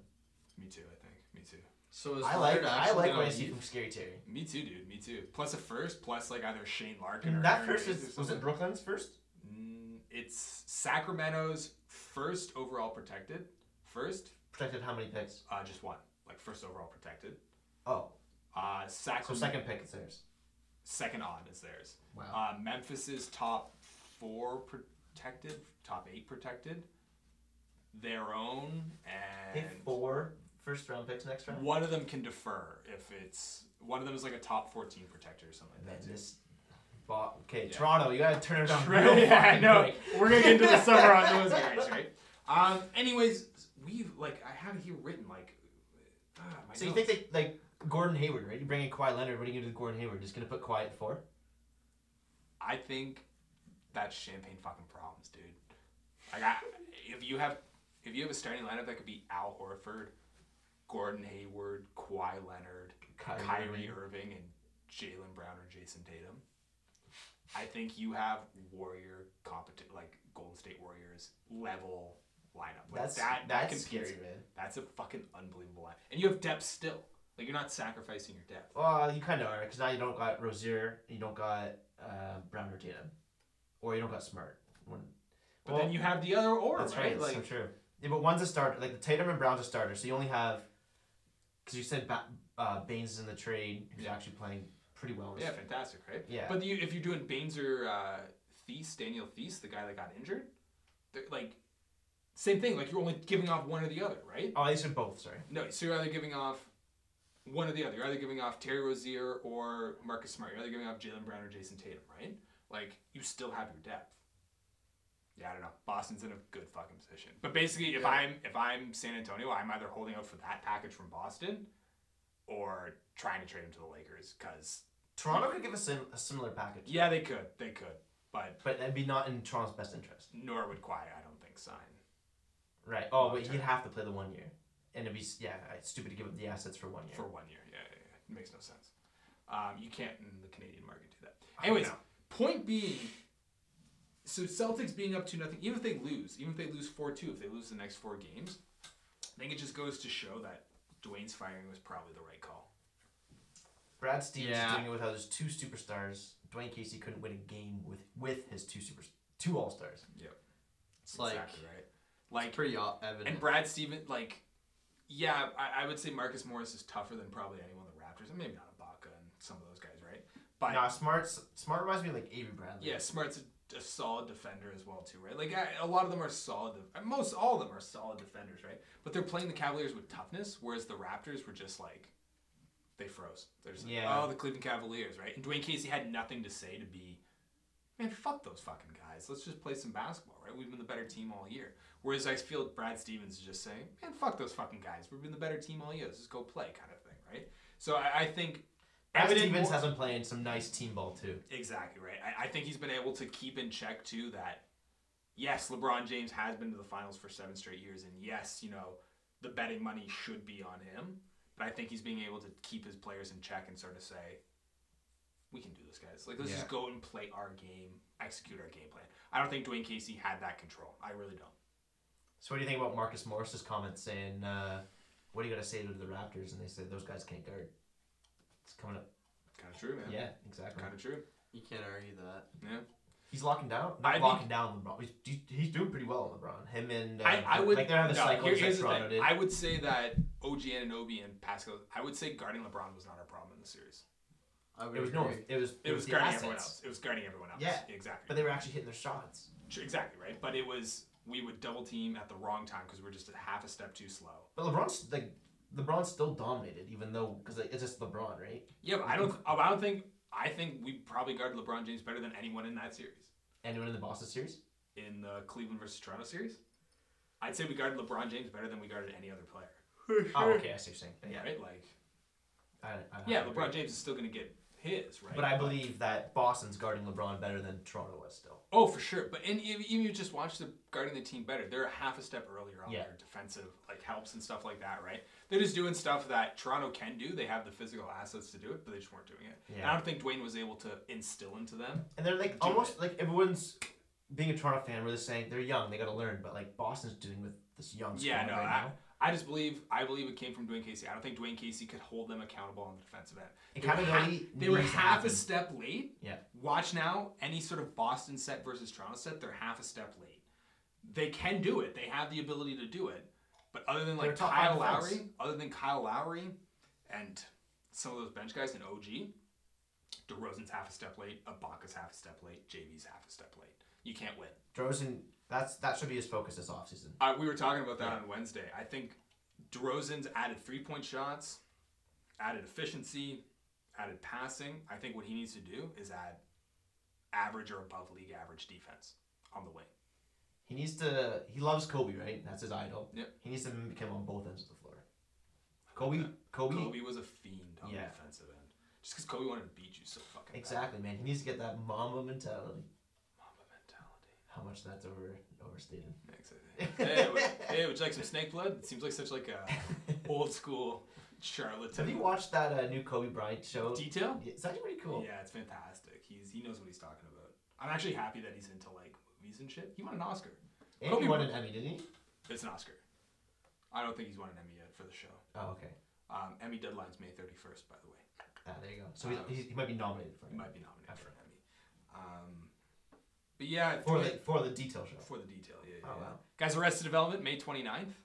S2: Me too, I think. Me too.
S1: So is
S3: I like
S1: Leonard
S3: I
S1: actually
S3: like
S1: gonna
S3: what I see
S1: leave?
S3: from Scary Terry.
S2: Me too, dude. Me too. Plus a first, plus like either Shane Larkin or
S3: That
S2: Aaron
S3: first
S2: Baines
S3: is
S2: or
S3: was it
S2: something.
S3: Brooklyn's first?
S2: Mm, it's Sacramento's first overall protected. First,
S3: Protected how many picks?
S2: uh, just one, like first overall protected.
S3: Oh,
S2: Uh,
S3: so
S2: Sacramento
S3: second pick is theirs.
S2: second odd is theirs.
S3: Wow.
S2: Uh, Memphis's top four protected, top eight protected, their own,
S3: They
S2: and
S3: have four first round picks next round.
S2: one of them can defer if it's one of them is like a top fourteen protector or something
S3: Man,
S2: like that. too.
S3: this. Bo- okay,
S2: Yeah.
S3: Toronto, you gotta turn it on.
S2: Right,
S3: real
S2: yeah, I
S3: fucking
S2: know.
S3: quick.
S2: We're gonna get into the summer on those guys, right? Um. Anyways, we've like I have it here written like. Uh, my
S3: So you
S2: notes.
S3: think they like Gordon Hayward, right? You bring in Kawhi Leonard. What are you gonna do with Gordon Hayward? Just gonna put Kawhi at four?
S2: I think that's champagne fucking problems, dude. Like, I, if you have if you have a starting lineup that could be Al Horford, Gordon Hayward, Kawhi Leonard, Kyrie, Irving, and Jalen Brown or Jason Tatum, I think you have Warrior competent, like Golden State Warriors level lineup. Like
S3: That's
S2: that. That
S3: that's
S2: competes.
S3: scary, man.
S2: That's a fucking unbelievable lineup, and you have depth still. Like you're not sacrificing your depth.
S3: Well, you kind of are because now you don't got Rozier, you don't got uh, Brown or Tatum, or you don't got Smart. One-
S2: But
S3: Well,
S2: then you have the other or
S3: that's right.
S2: right?
S3: That's
S2: Like,
S3: so true. Yeah, but one's a starter. Like the Tatum and Brown's a starter, so you only have because you said ba- uh, Baines is in the trade, who's
S2: Yeah.
S3: actually playing pretty well.
S2: Yeah, fantastic, right?
S3: Yeah.
S2: But you, if you're doing Baines or uh, Thies, Daniel Thies, the guy that got injured, they're, like, same thing. Like, you're only giving off one or the other, right?
S3: Oh, these are both. Sorry.
S2: No, so you're either giving off one or the other. You're either giving off Terry Rozier or Marcus Smart. You're either giving off Jalen Brown or Jason Tatum, right? Like, you still have your depth. Yeah, I don't know. Boston's in a good fucking position. But basically, if
S1: Yeah.
S2: I'm if I'm San Antonio, I'm either holding out for that package from Boston, or trying to trade him to the Lakers because
S3: Toronto could give us sim- a similar package.
S2: yeah, they could. They could. But
S3: But that'd be not in Toronto's best interest.
S2: nor would Quiet, I don't think, sign.
S3: Right. Oh,
S2: Long
S3: but
S2: term.
S3: you'd have to play the one year, and it'd be s- yeah, it's stupid to give up the assets for one year.
S2: For one year. Yeah, yeah, yeah. It makes no sense. Um, you can't in the Canadian market do that. Anyways,
S3: know.
S2: point being so Celtics being up to nothing, even if they lose, even if they lose 4 2, if they lose the next four games, I think it just goes to show that Dwayne's firing was probably the right call.
S3: Brad Stevens
S1: Yeah.
S3: is doing it without his two superstars. Dwayne Casey couldn't win a game with with his two super two all stars.
S1: It's like
S2: exactly right. Like
S1: it's pretty o- evident.
S2: And Brad Steven, like, yeah, I, I would say Marcus Morris is tougher than probably anyone on the Raptors. and Maybe not Ibaka and some of those guys, right? But
S3: Nah, smart smart reminds me of like Avery Bradley.
S2: yeah, Smart's a, a solid defender as well too, right? Like I, a lot of them are solid. def- uh, Most all of them are solid defenders, right? But they're playing the Cavaliers with toughness, whereas the Raptors were just like, they froze. There's like,
S3: Yeah.
S2: oh the Cleveland Cavaliers, right? And Dwayne Casey had nothing to say to be, man, fuck those fucking guys. Let's just play some basketball, right? We've been the better team all year. Whereas I feel Brad Stevens is just saying, man, fuck those fucking guys. We've been the better team all year. Let's just go play, kind of thing, right? So I, I think.
S3: Brad
S2: evident
S3: Stevens
S2: more-
S3: has been playing some nice team ball too.
S2: Exactly right. I, I think he's been able to keep in check too that yes, LeBron James has been to the finals for seven straight years, and yes, you know the betting money should be on him. But I think he's being able to keep his players in check and sort of say, "We can do this, guys. Like let's
S1: Yeah.
S2: just go and play our game, execute our game plan." I don't think Dwayne Casey had that control. I really don't.
S3: So what do you think about Marcus Morris's comments saying uh, what are you gonna say to the Raptors? And they said those guys can't guard. It's coming up.
S2: Kind of true, man.
S3: Yeah, exactly.
S2: Kind of true.
S1: You can't argue that.
S3: He's locking down. Not
S2: I think-
S3: locking down LeBron. He's, he's, he's doing pretty well on LeBron. Him and uh,
S2: I, I would
S3: like they're having a
S2: no,
S3: cycle
S2: here-
S3: that
S2: here's the
S3: Toronto
S2: thing.
S3: did.
S2: I would say that OG Ananobi and Pascal. I would say guarding LeBron was not our problem in the series.
S1: I would
S3: it was
S1: agree.
S3: no. It was
S2: It was
S3: the
S2: guarding
S3: assets,
S2: everyone else. It was guarding everyone else.
S3: Yeah.
S2: exactly.
S3: but they were actually hitting their shots.
S2: Sure, Exactly right. But it was we would double team at the wrong time because we were just a half a step too slow.
S3: But LeBron's like LeBron still dominated, even though because like, it's just LeBron, right?
S2: Yeah, but I don't. I don't think. I think we probably guarded LeBron James better than anyone in that series.
S3: Anyone in the Boston series?
S2: In the Cleveland versus Toronto series, I'd say we guarded LeBron James better than we guarded any other player.
S3: Oh, okay, I see what you're saying. Yeah,
S2: Right? Like,
S3: I, I, I
S2: yeah,
S3: agree.
S2: LeBron James is still going to get his right.
S3: But I believe that Boston's guarding LeBron better than Toronto was still.
S2: Oh, for sure. But and if, even you just watch the guarding the team better. They're a half a step earlier on
S3: Yeah.
S2: their defensive like helps and stuff like that, right? They're just doing stuff that Toronto can do. They have the physical assets to do it, but they just weren't doing it. And I
S3: Yeah.
S2: don't think Dwayne was able to instill into them.
S3: And they're like
S2: Do
S3: almost like everyone's being a Toronto fan, we're just saying they're young, they gotta learn, but like Boston's doing with this young squad
S2: Yeah, no,
S3: right
S2: I,
S3: now.
S2: I just believe I believe it came from Dwayne Casey. I don't think Dwayne Casey could hold them accountable on the defensive end.
S3: It
S2: They were
S3: kinda
S2: half,
S3: really
S2: they were
S3: needs to
S2: half a
S3: happen.
S2: step late.
S3: Yeah.
S2: Watch now any sort of Boston set versus Toronto set, they're half a step late. They can do it. They have the ability to do it. But other than
S3: They're
S2: like
S3: a top five
S2: Kyle Lowry,
S3: defense.
S2: other than Kyle Lowry and some of those bench guys and OG, DeRozan's half a step late, Ibaka's half a step late, JV's half a step late. You can't win.
S3: Drozen that's that should be his focus this offseason.
S2: Uh, we were talking about that on Wednesday. I think DeRozan's added three point shots, added efficiency, added passing. I think what he needs to do is add average or above league average defense on the wing.
S3: He needs to he loves Kobe, right? That's his idol.
S2: Yep.
S3: He needs to mimic him on both ends of the floor. Kobe Kobe,
S2: Kobe was a fiend on
S3: Yeah.
S2: the defensive end. Just because Kobe wanted to beat you so fucking bad.
S3: Exactly, man. He needs to get that mama mentality.
S2: Mamba mentality.
S3: How much that's over overstated.
S2: Next, I think. hey, would, hey, would you like some snake blood? It seems like such like a old school
S3: Have you
S2: charlatan
S3: watched that uh, new Kobe Bryant show?
S2: detail.
S3: It's actually pretty cool.
S2: Yeah, it's fantastic. He's he knows what he's talking about. I'm actually happy that he's into like movies and shit. He won an Oscar.
S3: And
S2: Kobe
S3: he won an Emmy, didn't he?
S2: It's an Oscar. I don't think he's won an Emmy yet for the show.
S3: Oh, okay.
S2: Um, Emmy deadline's May 31st, by the way.
S3: Ah, there you go. So he's, he's, he might be nominated for
S2: He
S3: it.
S2: Uh, might be nominated for an Emmy. Um, but yeah,
S3: For
S2: yeah,
S3: the for the detail show.
S2: for the detail. Yeah, yeah,
S3: Oh,
S2: yeah.
S3: wow.
S2: Guys, Arrested Development May 29th.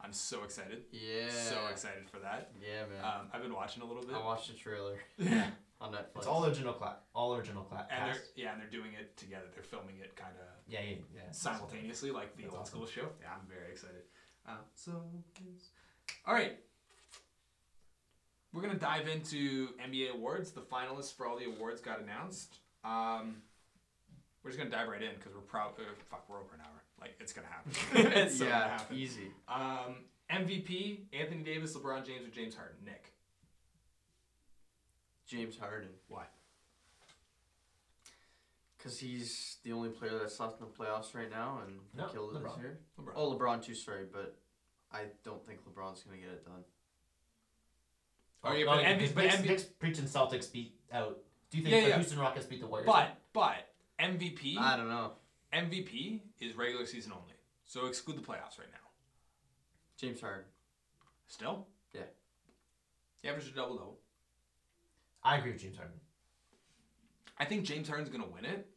S2: I'm so excited.
S1: Yeah.
S2: So excited for that.
S1: Yeah, man.
S2: Um, I've been watching a little bit.
S1: I watched the trailer
S2: yeah.
S1: on Netflix.
S3: It's all original class. All original class.
S2: And they're yeah, and they're doing it together. They're filming it kind of
S3: Yeah, yeah, yeah.
S2: simultaneously, like the
S3: That's
S2: old
S3: awesome.
S2: school show. Yeah, I'm very excited. Uh, so, all right, we're gonna dive into NBA awards. The finalists for all the awards got announced. Um, we're just gonna dive right in because we're probably fuck, we're over an hour. Like it's gonna happen. it's so gonna
S1: yeah,
S2: happen.
S1: easy.
S2: Um, MVP: Anthony Davis, LeBron James, or James Harden? Nick.
S1: James Harden.
S2: Why?
S1: Because he's the only player that's left in the playoffs right now and
S3: No,
S1: killed it
S3: LeBron.
S1: this year.
S2: LeBron.
S1: Oh, LeBron too, sorry, but I don't think LeBron's going to get it done.
S2: Oh, yeah,
S3: no,
S2: but
S3: yeah,
S2: NBA
S3: Knicks-
S2: but
S3: Knicks-
S2: NBA
S3: Knicks preaching Celtics beat out. Do you think
S2: Yeah,
S3: the
S2: yeah.
S3: Houston Rockets beat the Warriors?
S2: But but MVP.
S1: I don't know.
S2: MVP is regular season only. So exclude the playoffs right now.
S1: James Harden.
S2: Still?
S1: Yeah.
S2: He averaged a double double.
S3: I agree with James Harden.
S2: I think James Harden's gonna win it,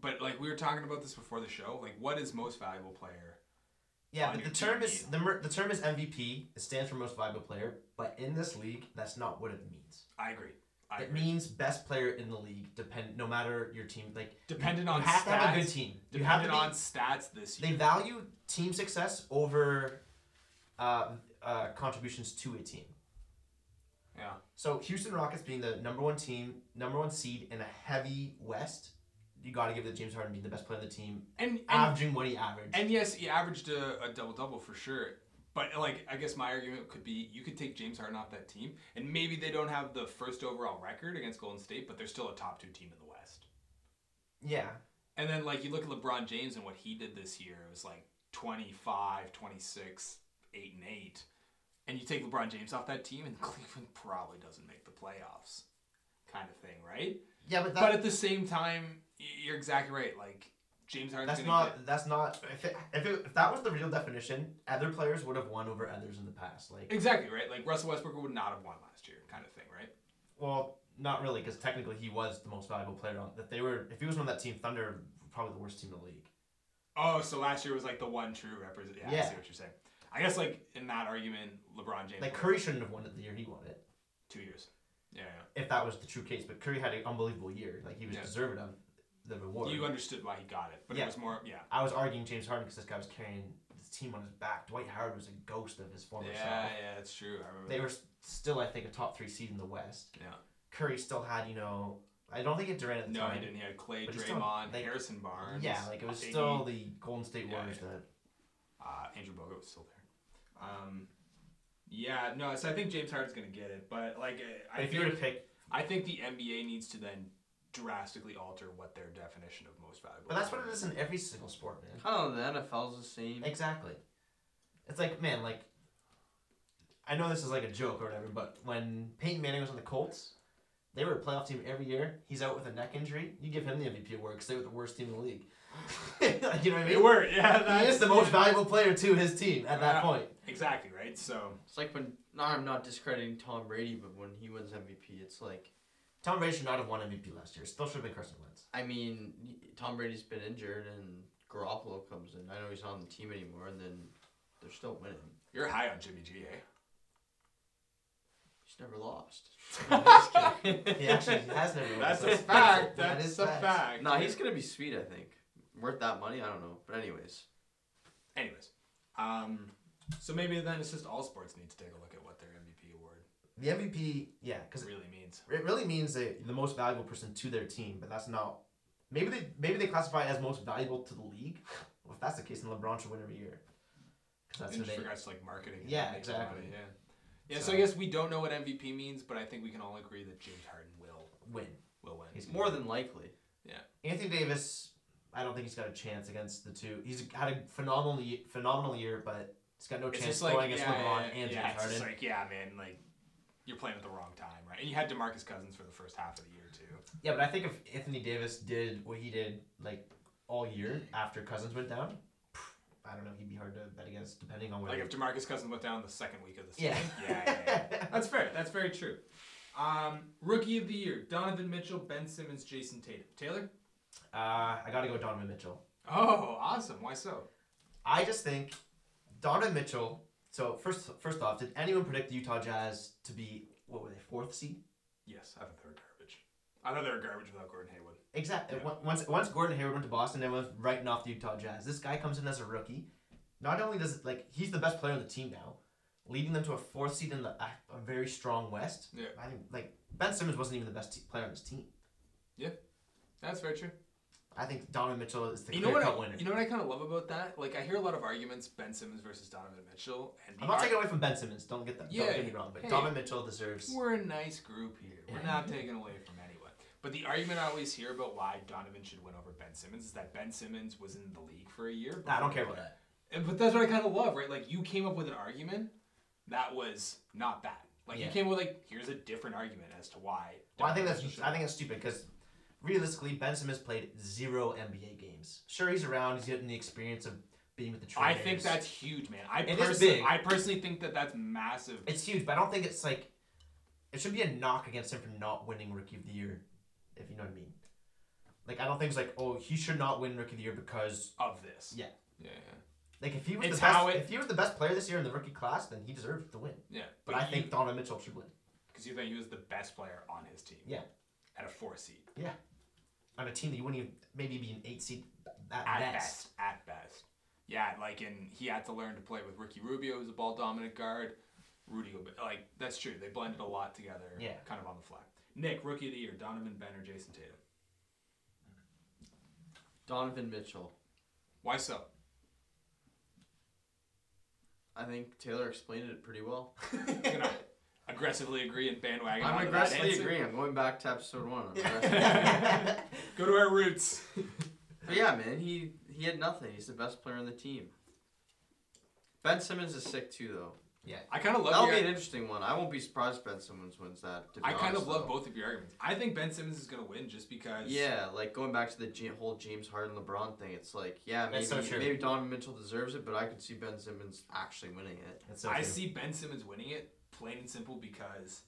S2: but like we were talking about this before the show, like what is most valuable player?
S3: Yeah,
S2: On
S3: but
S2: your
S3: the term
S2: team,
S3: is
S2: yeah.
S3: the, mer- the term is MVP. It stands for most valuable player. But in this league, that's not what it means.
S2: I agree. I
S3: It
S2: agree.
S3: means best player in the league. Depend no matter your team. Like
S2: Dependent
S3: you
S2: on
S3: have
S2: stats.
S3: to have a good team. You have to
S2: Dependent
S3: be-
S2: on stats this year.
S3: they value team success over uh, uh, contributions to a team.
S2: yeah.
S3: So Houston Rockets being the number one team, number one seed in a heavy West, you got to give it to James Harden being the best player on the team,
S2: And and,
S3: averaging what he averaged.
S2: and yes, he averaged a, a double double for sure. But like I guess my argument could be you could take James Harden off that team, and maybe they don't have the first overall record against Golden State, but they're still a top two team in the West.
S3: yeah,
S2: And then like you look at LeBron James and what he did this year, it was like 25, 26, 8 and 8. And you take LeBron James off that team and Cleveland probably doesn't make the playoffs. Kind of thing, right?
S3: yeah, but that
S2: But at the same time, y- you're exactly right. Like James Harden's
S3: That's
S2: gonna
S3: not. That's not. If it, if, it, if that was the real definition, other players would have won over others in the past.
S2: get
S3: Like,
S2: exactly right. Like Russell Westbrook would not have won last year, kind of thing, right?
S3: well, not really, because technically he was the most valuable player on. That they were. If he was on that team, Thunder were probably the worst team in the league.
S2: Oh, so last year was like the one true represent. Yeah, I
S3: Yeah.
S2: see what you're saying. I guess like in that argument, LeBron James
S3: Like
S2: won
S3: Curry shouldn't have won it the year he won it,
S2: two years. Yeah, yeah.
S3: if that was the true case. But Curry had an unbelievable year. Like he was
S2: Yeah.
S3: deserving of the reward.
S2: you understood why he got it, but it
S3: Yeah.
S2: was more yeah.
S3: I was arguing James Harden because this guy was carrying this team on his back. Dwight Howard was a ghost of his former
S2: Yeah,
S3: self.
S2: yeah, that's true. I remember.
S3: They were s- still, I think, a top three seed in the West.
S2: Yeah.
S3: Curry still had, you know, I don't think it Durant at the
S2: no,
S3: time.
S2: he didn't. He had Clay,
S3: But he's still-
S2: Draymond,
S3: they-
S2: Harrison Barnes.
S3: Yeah, like it was
S2: Iggy.
S3: still the Golden State
S2: Yeah,
S3: Warriors
S2: Uh, Andrew Bogut was still there. Um, yeah, no. So I think James Harden's gonna get it, but like eh,
S3: that.
S2: I
S3: If you were to
S2: think,
S3: pick,
S2: I think the NBA needs to then drastically alter what their definition of most valuable.
S3: but that's what it is in every single sport, man.
S1: Oh, the NFL's the same.
S3: Exactly. It's like, man, like, I know this is like a joke or whatever, but when Peyton Manning was on the Colts, they were a playoff team every year. He's out with a neck injury. You give him the MVP award because they were the worst team in the league. Like, you know what I
S2: They
S3: mean?
S2: were, yeah.
S3: He is the most valuable player to his team
S2: Yeah.
S3: at that point.
S2: Exactly right. So
S1: It's like when no, I'm not discrediting Tom Brady, but when he wins MVP, it's like
S3: Tom Brady should not have won MVP last year. Still should have been Carson Wentz.
S1: I mean, Tom Brady's been injured and Garoppolo comes in. I know he's not on the team anymore, and then they're still winning.
S2: you're high on Jimmy G, eh?
S1: He's never lost.
S3: He actually has never won.
S2: That's
S3: so
S2: a
S3: it's
S2: fact.
S3: painful. That
S2: That's
S3: is
S2: a
S3: facts.
S2: fact.
S1: no, he's gonna be sweet. I think worth that money. I don't know, but anyways,
S2: Anyways, um, so maybe then it's just all sports need to take a look at what their MVP award
S3: The MVP, yeah, because
S2: really means.
S3: it really means the the most valuable person to their team, but that's not. Maybe they maybe they classify it as most valuable to the league. Well, if that's the case, then LeBron should win every year. 'Cause that's
S2: and
S3: who
S2: just
S3: they.
S2: regards to like marketing. and
S3: Yeah,
S2: making money,
S3: exactly.
S2: Yeah. Yeah. So, I
S3: So-
S2: guess we don't know what MVP means, but I think we can all agree that James Harden will
S3: win.
S2: will win.
S3: He's-
S1: more than likely.
S3: Anthony Davis, I don't think he's got a chance against the two. He's had a phenomenal ye- phenomenal year, but he's got no
S2: it's
S3: chance
S2: just like
S3: going against
S2: yeah,
S3: LeBron
S2: yeah,
S3: and
S2: yeah,
S3: James
S2: it's just
S3: Harden.
S2: like yeah, man, like you're playing at the wrong time, right? And you had DeMarcus Cousins for the first half of the year too.
S3: Yeah, but I think if Anthony Davis did what he did like all year after Cousins went down, pff, I don't know, he'd be hard to bet against depending on whether.
S2: Like if DeMarcus Cousins went down the second week of the season.
S3: Yeah.
S2: yeah, yeah, yeah. That's fair. That's very true. Um, rookie of the year: Donovan Mitchell, Ben Simmons, Jason Tatum. Taylor.
S3: uh, I gotta go Donovan Mitchell.
S2: Oh, awesome. Why so?
S3: I just think Donovan Mitchell. So first, first off, did anyone predict the Utah Jazz to be what were they fourth seed?
S2: Yes, I thought they were garbage. I thought they were garbage without Gordon Hayward.
S3: Exactly.
S2: Yeah.
S3: Once once Gordon Hayward went to Boston, everyone's writing off the Utah Jazz. This guy comes in as a rookie. Not only does it, like he's the best player on the team now, leading them to a fourth seed in the a, a very strong West.
S2: Yeah.
S3: I think like Ben Simmons wasn't even the best te- player on his team.
S2: That's very true.
S3: I think Donovan Mitchell is the
S2: You know what?
S3: clear-cut
S2: I,
S3: winner.
S2: you know what I kind of love about that. Like I hear a lot of arguments: Ben Simmons versus Donovan Mitchell. And the
S3: I'm not
S2: ar-
S3: taking away from Ben Simmons. Don't get that.
S2: Yeah,
S3: Don't get me wrong. But
S2: hey.
S3: Donovan Mitchell deserves.
S2: We're a nice group here. We're not taking away from anyone. But the argument I always hear about why Donovan should win over Ben Simmons is that Ben Simmons was in the league for a year.
S3: Nah, I don't
S2: before
S3: care
S2: he
S3: about that.
S2: And- But that's what I kind of love, right? Like you came up with an argument that was not that. Like you
S3: Yeah.
S2: came up with like here's a different argument as to why.
S3: Well, I
S2: Donovan
S3: think that's
S2: Mitchell
S3: I think that's stupid because realistically, Ben Simmons played zero NBA games. Sure, he's around. He's getting the experience of being with the.
S2: should- I
S3: Trailblazers.
S2: think that's huge, man. I
S3: It is
S2: personally,
S3: big.
S2: I personally think that that's massive.
S3: It's huge, but I don't think it's like it should be a knock against him for not winning Rookie of the Year, if you know what I mean. Like I don't think it's like oh he should not win Rookie of the Year because
S2: of this.
S3: Yeah.
S2: Yeah, yeah.
S3: like if he was
S2: It's
S3: the best
S2: how it-
S3: if he was the best player this year in the rookie class then he deserved to win.
S2: Yeah.
S3: But, I think Donovan Mitchell should win
S2: because you think he was the best player on his team.
S3: Yeah.
S2: At a four seed.
S3: on a team that you wouldn't even maybe be an eight seed at,
S2: At
S3: best.
S2: best. At best. Yeah, like and he had to learn to play with Ricky Rubio, who's a ball dominant guard. Rudy, Gobe- like that's true. They blended a lot together.
S3: Yeah.
S2: Kind of on the fly. Nick, rookie of the year, Donovan Ben or Jason Tatum.
S1: Donovan Mitchell.
S2: Why so?
S1: I think Taylor explained it pretty well.
S2: You're gonna aggressively agree and bandwagon.
S1: I'm
S2: onto that
S1: aggressively
S2: answer?
S1: agreeing. I'm going back to episode one. I'm aggressively-
S2: Yeah. Go to our roots.
S1: But yeah, man, he he had nothing. He's the best player on the team. Ben Simmons is sick too, though.
S2: I kind of
S1: That'll
S2: love.
S1: be an
S2: Your,
S1: interesting one. I won't be surprised if Ben Simmons wins that. To be
S2: I kind
S1: honest,
S2: of love
S1: though.
S2: both of your arguments. I think Ben Simmons is gonna win just because.
S1: Yeah, like going back to the J- whole James Harden LeBron thing, it's like, yeah, maybe
S3: That's so true.
S1: maybe Donovan Mitchell deserves it, but I could see Ben Simmons actually winning it.
S3: That's so
S2: I
S3: true.
S2: see Ben Simmons winning it, plain and simple, because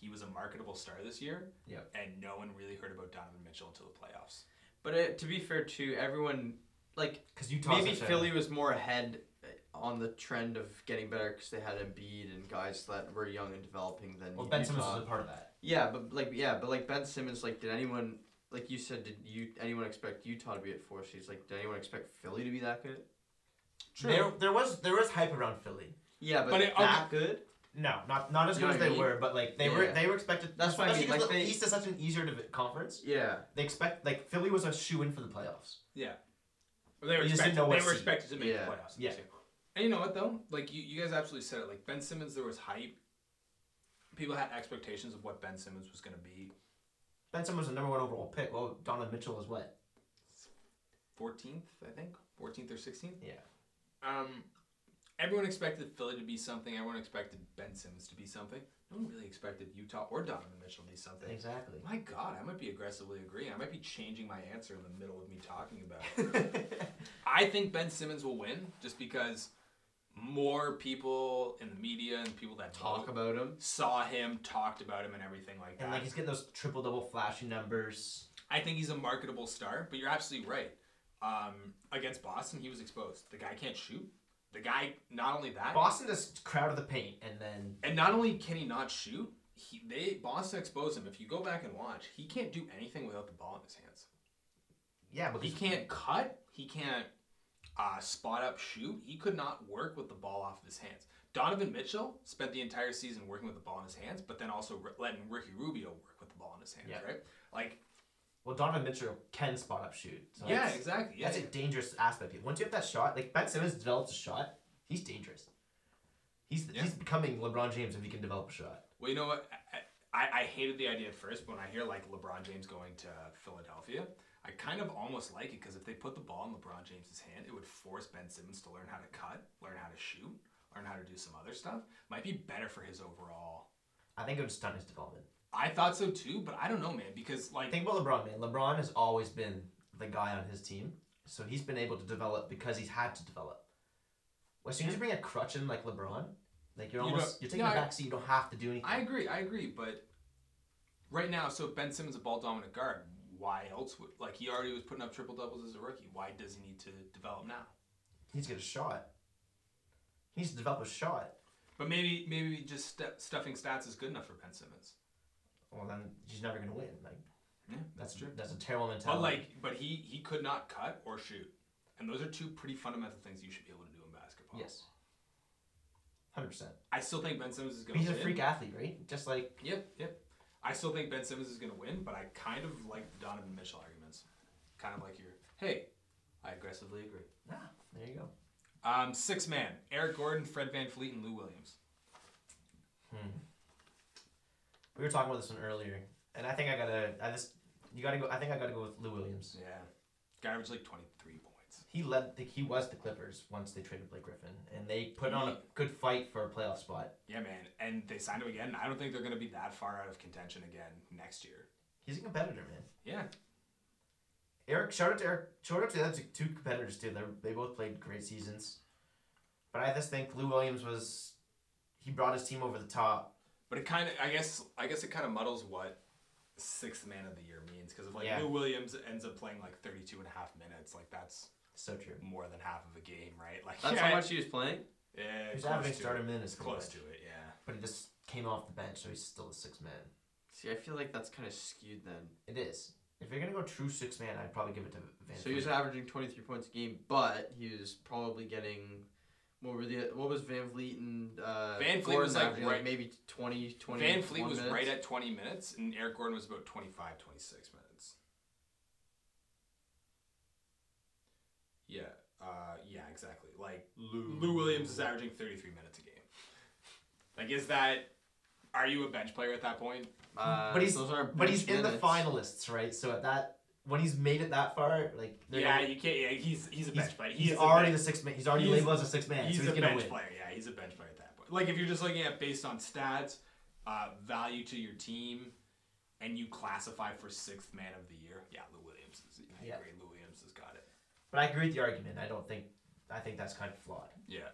S2: he was a marketable star this year.
S3: Yep.
S2: And no one really heard about Donovan Mitchell until the playoffs.
S1: But it, to be fair, too, everyone like
S3: Because Utah's
S1: maybe
S3: such a-
S1: Philly was more ahead uh, on the trend of getting better because they had Embiid and guys that were young and developing than
S3: Well, Ben Simmons
S1: Utah.
S3: was a part of that.
S1: Yeah, but like yeah, but like Ben Simmons, like did anyone like you said, did you anyone expect Utah to be at four seeds? Like, did anyone expect Philly to be that good?
S3: There, there was there was hype around Philly.
S1: Yeah, but,
S2: But it-
S1: that good.
S3: No, not not as
S1: You
S3: good
S1: know
S3: as
S1: what I
S3: they
S1: mean?
S3: were, but like they were
S1: Yeah.
S3: they were expected.
S1: That's what I mean,
S3: especially 'cause
S1: like,
S3: the
S1: they-
S3: East is such an easier divi- conference.
S1: Yeah,
S3: They expect like Philly was a shoe in for the playoffs.
S2: Or They were,
S3: You just
S2: expected,
S3: didn't know what
S2: they were
S3: seed.
S2: expected to make
S1: Yeah.
S2: the playoffs.
S3: Yeah.
S2: And you know what though? Like you, you guys absolutely said it. Like Ben Simmons, there was hype. People had expectations of what Ben Simmons was going to be.
S3: Ben Simmons was the number one overall pick. Well, Donovan Mitchell was what?
S2: 14th, I think, 14th or 16th.
S3: Yeah.
S2: Um, everyone expected Philly to be something. Everyone expected Ben Simmons to be something. No one really expected Utah or Donovan Mitchell to be something.
S3: Exactly.
S2: My God, I might be aggressively agreeing. I might be changing my answer in the middle of me talking about it. I think Ben Simmons will win just because more people in the media and people that
S1: talk
S2: know-
S1: about him.
S2: saw him, talked about him, and everything like that.
S3: and like he's getting those triple double flashy numbers.
S2: I think he's a marketable star, but you're absolutely right. Um, against Boston, he was exposed. The guy can't shoot. The guy, not only that,
S3: Boston just crowded the paint, and then
S2: and not only can he not shoot, he, they Boston exposed him. If you go back and watch, he can't do anything without the ball in his hands.
S3: yeah,
S2: He
S3: because
S2: can't cut. He can't uh, spot up shoot. He could not work with the ball off of his hands. Donovan Mitchell spent the entire season working with the ball in his hands, but then also re- letting Ricky Rubio work with the ball in his hands,
S3: Yeah.
S2: right? Like,
S3: well Donovan Mitchell can spot up shoot. So
S2: yeah,
S3: that's-
S2: exactly. Yeah,
S3: That's a dangerous aspect. Once you have that shot, like Ben Simmons develops a shot, he's dangerous. He's
S2: Yeah.
S3: he's becoming LeBron James if he can develop a shot.
S2: Well, you know what? I, I, I hated the idea at first, but when I hear like LeBron James going to Philadelphia, I kind of almost like it because if they put the ball in LeBron James's hand, it would force Ben Simmons to learn how to cut, learn how to shoot, learn how to do some other stuff. Might be better for his overall.
S3: I think it would stunt his development.
S2: I thought so too, but I don't know, man, because like
S3: Think about LeBron, man. LeBron has always been the guy on his team, so he's been able to develop because he's had to develop. As soon as you bring a crutch in like LeBron, like you're
S2: You
S3: almost
S2: don't-
S3: you're taking
S2: no,
S3: a
S2: I-
S3: back seat. You don't have to do anything.
S2: I agree, I agree, but right now, so if Ben Simmons is a ball dominant guard, why else would like he already was putting up triple doubles as a rookie? Why does he need to develop now?
S3: He's get a shot. He needs to develop a shot.
S2: But maybe maybe just stu- stuffing stats is good enough for Ben Simmons.
S3: Well, then he's never gonna win. Like
S2: Yeah,
S3: that's That's a terrible mentality.
S2: But like, but he he could not cut or shoot, and those are two pretty fundamental things you should be able to do in basketball.
S3: yes, hundred percent.
S2: I still think Ben Simmons is
S3: But
S2: gonna.
S3: he's a
S2: win.
S3: freak athlete, right? Just like
S2: Yep, yep. I still think Ben Simmons is gonna win, but I kind of like the Donovan Mitchell arguments. Kind of like your hey, I aggressively agree.
S3: ah, there you go.
S2: Um, six man: Eric Gordon, Fred Van Fleet, and Lou Williams.
S3: We were talking about this one earlier, and I think I gotta. I just you gotta go. I think I gotta go with Lou Williams.
S2: Yeah, guy averaged like twenty three points.
S3: He led. The, he was the Clippers once they traded Blake Griffin, and they put on a good fight for a playoff spot.
S2: Yeah, man, and they signed him again. I don't think they're gonna be that far out of contention again next year.
S3: He's a competitor, man.
S2: Yeah,
S3: Eric, shout out to Eric. Shout out to the other two competitors too. They they both played great seasons, but I just think Lou Williams was. He brought his team over the top.
S2: But it kind of, I guess, I guess it kind of muddles what sixth man of the year means because if like
S3: Yeah.
S2: Lou Williams ends up playing like 32 and a half minutes, like that's
S3: So true.
S2: more than half of a game, right? Like
S1: That's
S2: yeah,
S1: how much he was playing.
S2: Yeah,
S3: He's
S2: close
S3: averaging
S2: to
S3: starter
S2: it.
S3: minutes. pretty
S2: Close
S3: much.
S2: to it, yeah.
S3: but he just came off the bench, so he's still a six man.
S1: See, I feel like that's kind of skewed then.
S3: It is. If you're gonna go true six man, I'd probably give it to Van.
S1: So he was
S3: Vliet.
S1: averaging 23 points a game, but he was probably getting what were the what was Van Vliet and uh,
S2: Van Vliet
S1: Gordon
S2: was, like,
S1: averaging,
S2: right-
S1: maybe 20, 20
S2: Van Fleet
S1: 21
S2: was
S1: minutes?
S2: right at 20 minutes, and Eric Gordon was about 25, 26 minutes. Yeah, uh, yeah, exactly. Like Lou, Lou Williams is averaging 33 minutes a game. Like, is that? Are you a bench player at that point?
S1: Uh,
S3: But he's
S1: those are
S3: but he's
S1: bench
S3: in the
S1: minutes.
S3: finalists, right? So at that, when he's made it that far, like they're
S2: Yeah,
S3: gonna-
S2: you can't. Yeah, he's he's a
S3: he's,
S2: bench player.
S3: he's
S2: He's a
S3: already
S2: bench-
S3: the six man. He's already
S2: he's-
S3: labeled as a six man,
S2: he's,
S3: so he's
S2: a
S3: gonna
S2: bench
S3: win.
S2: player. Yeah, he's a bench player at that point. like if you're just looking at based on stats, uh, value to your team, and you classify for sixth man of the year, yeah, Lou Williams is. I
S3: Yeah.
S2: agree, Lou Williams has got it.
S3: But I agree with the argument. I don't think. I think that's kind of flawed.
S2: Yeah,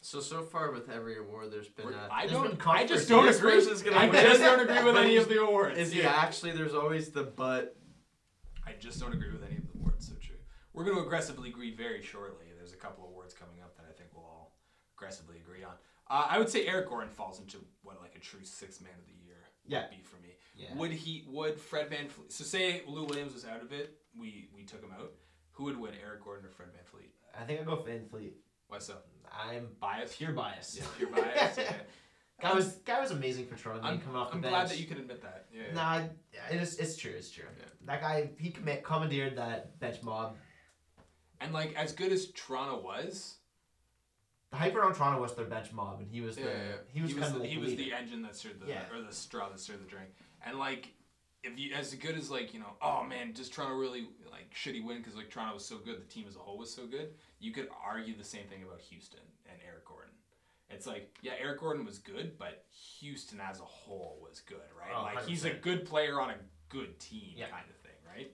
S1: So so far with every award, there's been.
S2: We're-
S1: A,
S2: I
S3: there's been
S2: don't. I just
S3: controversy.
S2: don't
S1: This
S2: agree.
S1: person's gonna
S2: I
S1: win.
S2: just don't agree with
S1: But
S2: any
S1: he's-
S2: of the awards.
S1: is he
S2: yeah.
S1: actually? There's always the but.
S2: I just don't agree with any of the awards. So true. We're going to aggressively agree very shortly. There's a couple awards coming up that I think we'll all aggressively agree on. Uh, I would say Eric Gordon falls into what like a true six man of the year
S3: Yeah.
S2: would be for me.
S3: Yeah.
S2: Would he? Would Fred Van Fleet? So say Lou Williams was out of it. We we took him out. Who would win, Eric Gordon or Fred Van Fleet?
S3: I think I go Van Fleet.
S2: Why so?
S3: I'm
S2: Bias.
S3: pure bias.
S2: Yeah, pure bias. Yeah.
S3: guy was guy was amazing for Toronto.
S2: I'm,
S3: I'm, coming off the
S2: I'm
S3: bench.
S2: glad that you can admit that. Yeah. yeah.
S3: Nah, it is, it's true. It's true.
S2: Yeah.
S3: That guy, he commit, commandeered that bench mob.
S2: And like as good as Toronto was,
S3: The hype around Toronto was their bench mob, and he was the he was kind of
S2: the,
S3: like
S2: he was
S3: leader.
S2: the engine that stirred the
S3: Yeah.
S2: or the straw that stirred the drink. And like, if you as good as like you know, oh man, does Toronto really like should he win because like Toronto was so good, the team as a whole was so good. You could argue the same thing about Houston and Eric Gordon. It's like yeah, Eric Gordon was good, but Houston as a whole was good, right?
S3: Oh,
S2: like he's a
S3: 100%.
S2: good player on a good team,
S3: Yeah.
S2: kind of thing, right?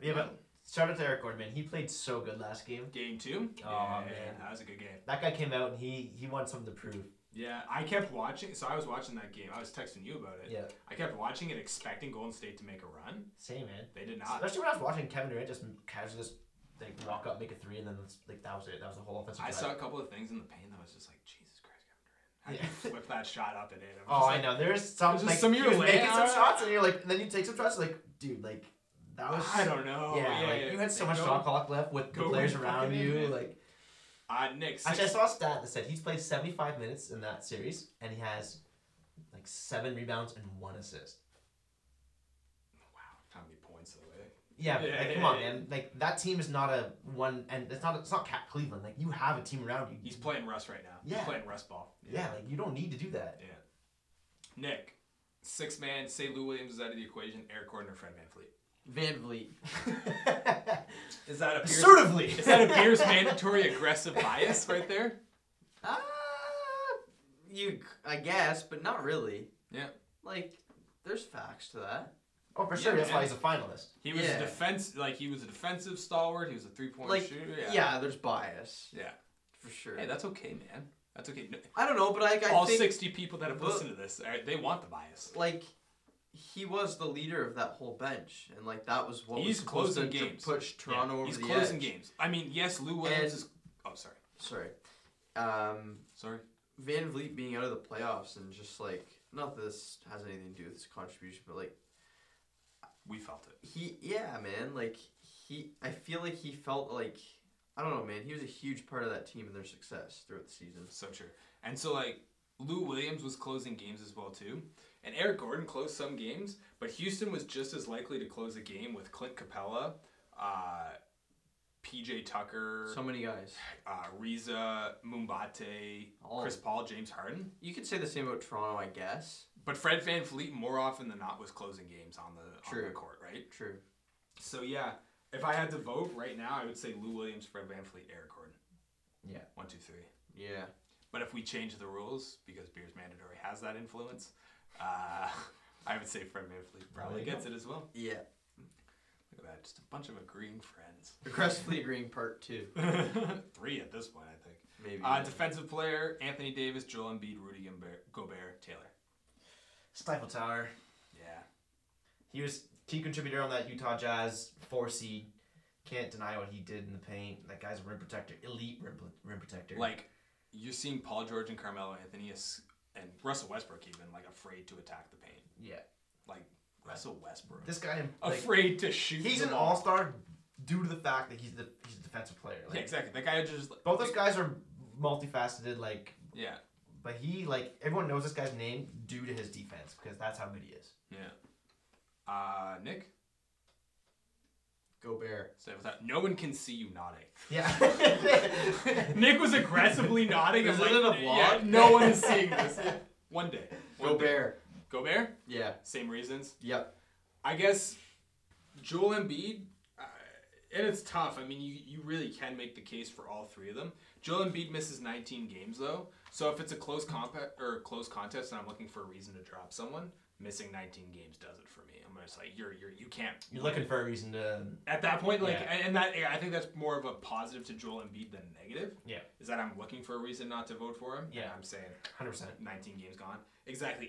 S3: yeah, but shout out to Eric Gordon, man. He played so good last game.
S2: Game two.
S3: Oh,
S2: yeah,
S3: man.
S2: that was a good game.
S3: That guy came out and he he wanted something to prove.
S2: Yeah, I kept watching. So I was watching that game. I was texting you about it.
S3: Yeah,
S2: I kept watching it, expecting Golden State to make a run.
S3: same man.
S2: They did not.
S3: Especially when I was watching Kevin Durant just casually just like walk up, make a three, and then that's- like that was it. That was the whole offensive.
S2: I
S3: drive.
S2: saw a couple of things in the paint that was just like, Jesus Christ, Kevin Durant.
S3: Yeah.
S2: How do you whip that shot up and in? I'm
S3: Oh,
S2: just
S3: I
S2: like,
S3: know. There's some
S2: Just
S3: like
S2: some of
S3: he
S2: your
S3: was making some
S2: layouts.
S3: shots, and you're like, and then you take some shots, like, dude, like that was.
S2: I don't know.
S3: Yeah, like you had so much shot clock left with good
S2: go
S3: players
S2: fucking
S3: around
S2: in,
S3: you.
S2: man.
S3: Like,
S2: Uh, Nick, six,
S3: actually, I saw a stat that said he's played 75 minutes in that series, and he has like seven rebounds and one assist.
S2: wow, how many points though? eh?
S3: Yeah,
S2: Yeah,
S3: like,
S2: yeah,
S3: come on,
S2: yeah.
S3: man. Like that team is not a one, and it's not it's not Cat Cleveland. Like you have a team around you.
S2: He's playing Russ right now. He's
S3: Yeah.
S2: playing Russ ball.
S3: yeah, like you don't need to do that.
S2: Nick, six man, say Lou Williams is out of the equation, Eric Gordon or Fred Van Fleet.
S1: Van Vliet.
S2: Is that a Pierce,
S3: Assertively.
S2: Is that a Pierce mandatory aggressive bias right there?
S1: Ah, you. I guess, but not really.
S2: Yeah.
S1: Like, there's facts to that.
S3: Oh, for sure.
S2: Yeah,
S3: that's why
S2: man.
S3: he's a finalist.
S2: He was
S1: Yeah.
S2: a defense like he was a defensive stalwart, he was a three point
S1: Like,
S2: shooter.
S1: Yeah. there's bias
S2: Yeah.
S1: for sure.
S2: Hey, that's okay, man. That's okay. No-
S1: I don't know, but like I
S2: all
S1: think
S2: 60 people that have
S1: Well-
S2: listened to this, all right, they want the bias.
S1: like he was the leader of that whole bench, and like that was what
S2: He's
S1: was supposed to,
S2: closing
S1: to
S2: games.
S1: push Toronto
S2: Yeah,
S1: over
S2: He's
S1: the
S2: closing
S1: edge.
S2: games. I mean, yes, Lou
S1: And-
S2: Williams is. Oh, sorry.
S1: Sorry, um,
S2: Sorry.
S1: Van Vliet being out of the playoffs and just like not that this has anything to do with his contribution, but like
S2: We felt it.
S1: he, yeah, man, like he, I feel like he felt like I don't know, man, he was a huge part of that team and their success throughout the season.
S2: So true. And so, like, Lou Williams was closing games as well, too. And Eric Gordon closed some games, but Houston was just as likely to close a game with Clint Capella, uh, PJ Tucker,
S1: So many guys.
S2: uh, Riza, Mumbate,
S1: All-
S2: Chris Paul, James Harden.
S1: You could say the same about Toronto, I guess.
S2: But Fred Van Fleet, more often than not, was closing games on the, on
S1: True.
S2: the court, right?
S1: True.
S2: So yeah, if I had to vote right now, I would say Lou Williams, Fred VanVleet, Eric Gordon.
S3: Yeah.
S2: One, two, three.
S1: Yeah.
S2: But if we change the rules because beer's mandatory has that influence, uh, I would say Fred VanVleet probably
S3: There you
S2: gets it as well.
S1: Yeah.
S2: Look at that, just a bunch of agreeing friends.
S1: Aggressively agreeing part two,
S2: Three at this point, I think.
S1: maybe.
S2: Uh, defensive player: Anthony Davis, Joel Embiid, Rudy Gobert, Gobert Taylor.
S3: Stifle Tower.
S2: Yeah.
S3: He was key contributor on that Utah Jazz four seed. Can't deny what he did in the paint. That guy's a rim protector, elite rim, rim protector.
S2: Like you're seeing Paul George and Carmelo Anthony as, and Russell Westbrook even like afraid to attack the paint.
S3: yeah,
S2: Like Russell Westbrook.
S3: this guy, like,
S2: afraid to shoot.
S3: he's
S2: the
S3: an
S2: ball.
S3: all star due to the fact that he's the he's a defensive player. Like,
S2: Yeah, exactly. That guy just like,
S3: Both those guys are multifaceted. Like,
S2: Yeah,
S3: but he like everyone knows this guy's name due to his defense because that's how good he is.
S2: yeah. Uh, Nick,
S1: Go Bear.
S2: stay with that. No one can see you nodding.
S3: Yeah.
S2: Nick was aggressively nodding.
S1: Is
S2: I'm
S1: it
S2: like,
S1: in a
S2: Yeah,
S1: vlog?"
S2: no one is seeing this. One day. One
S1: Go
S2: day.
S1: Bear.
S2: Gobert.
S1: Yeah.
S2: Same reasons.
S1: Yep.
S2: I guess Joel Embiid, uh, and it's tough. I mean, you, you really can make the case for all three of them. Joel Embiid misses 19 games, though. So if it's a close compact or a close contest, and I'm looking for a reason to drop someone, missing 19 games does it for me. I'm just like, you're you're you can't.
S3: You're looking for a reason to.
S2: At that point, like,
S3: Yeah.
S2: and that I think that's more of a positive to Joel Embiid than negative.
S3: Yeah.
S2: Is that I'm looking for a reason not to vote for him? and
S3: Yeah.
S2: I'm saying
S3: 100%.
S2: 19 games gone. Exactly.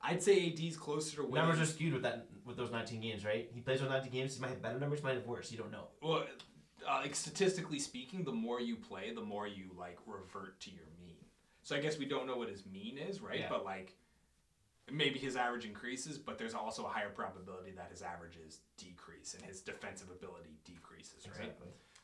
S2: AD. I'd say AD's closer to winning.
S3: Numbers are skewed with that with those 19 games, right? He plays with 19 games. He might have better numbers. He might have worse. You don't know.
S2: well, uh, like statistically speaking, the more you play, the more you like revert to your mean. So I guess we don't know what his mean is, right?
S3: Yeah.
S2: But like, maybe his average increases, but there's also a higher probability that his averages decrease and his defensive ability decreases, right?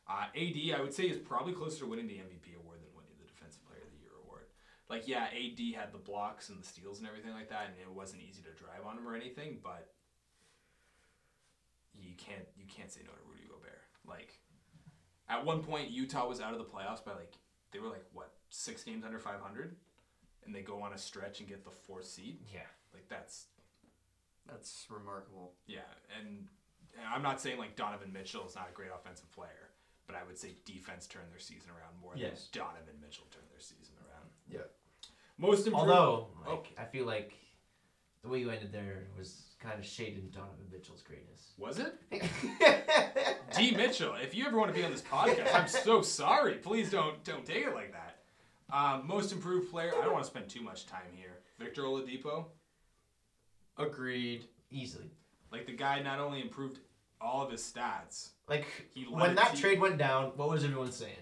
S2: Uh, AD, I would say, is probably closer to winning the MVP award than winning the Defensive Player of the Year award. Like, yeah, AD had the blocks and the steals and everything like that, and it wasn't easy to drive on him or anything, but you can't you can't say no to Rudy Gobert. Like, at one point, Utah was out of the playoffs by like they were like what six games under five hundred, and they go on a stretch and get the fourth seed.
S3: Yeah.
S2: Like that's
S1: That's remarkable.
S2: yeah, and and I'm not saying like Donovan Mitchell is not a great offensive player, but I would say defense turned their season around more
S3: Yes.
S2: than Donovan Mitchell turned their season around.
S1: Yeah.
S2: Most improved.
S3: Although, like,
S2: Oh.
S3: I feel like the way you ended there was kind of shaded Donovan Mitchell's greatness.
S2: was it D Mitchell? If you ever want to be on this podcast, I'm so sorry. Please don't don't take it like that. Um, most improved player. I don't want to spend too much time here. Victor Oladipo,
S1: Agreed.
S3: Easily.
S2: like the guy, not only improved all of his stats.
S3: Like
S2: He led
S3: when
S2: a
S3: that
S2: team-
S3: trade went down, what was everyone saying?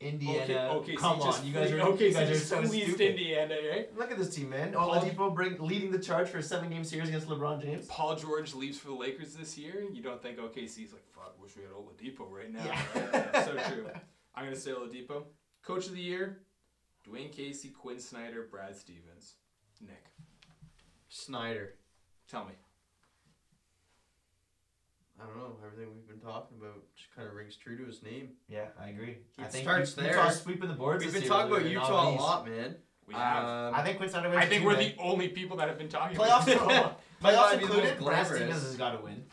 S3: Indiana.
S2: okay, okay,
S3: come
S2: so he
S3: on,
S2: just
S3: you guys are
S2: okay,
S3: you
S2: so
S3: guys
S2: he
S3: are
S2: just
S3: so
S2: fleeced
S3: stupid.
S2: Indiana, right?
S3: Look at this team, man.
S2: Paul-
S3: Oladipo bring leading the charge for a seven game series against LeBron James.
S2: Paul George leaves for the Lakers this year, you don't think OKC's like, fuck, wish we had Oladipo right now.
S3: Yeah.
S2: Right? That's so true. I'm going to say Oladipo. Coach of the year, Dwayne Casey, Quinn Snyder, Brad Stevens. Nick,
S1: Snyder.
S2: tell me.
S1: I don't know. Everything we've been talking about just kind of rings true to his name.
S3: Yeah, I agree. I
S1: It
S3: think
S1: starts
S3: U-
S1: there.
S3: Utah's sweeping the boards.
S1: We've
S3: this
S1: been
S3: year
S1: talking
S3: with
S1: about
S3: their
S1: Utah
S3: nominees.
S1: a lot, man.
S2: We have.
S1: Um,
S3: I think Quinn Snyder wins.
S2: I
S3: it
S2: think
S3: too,
S2: we're
S3: man.
S2: the only people that have been talking
S3: playoffs.
S2: about
S3: included-
S1: Might not
S3: playoffs
S1: be the most
S3: included. Brad
S1: glamorous.
S3: Stevens has got to win,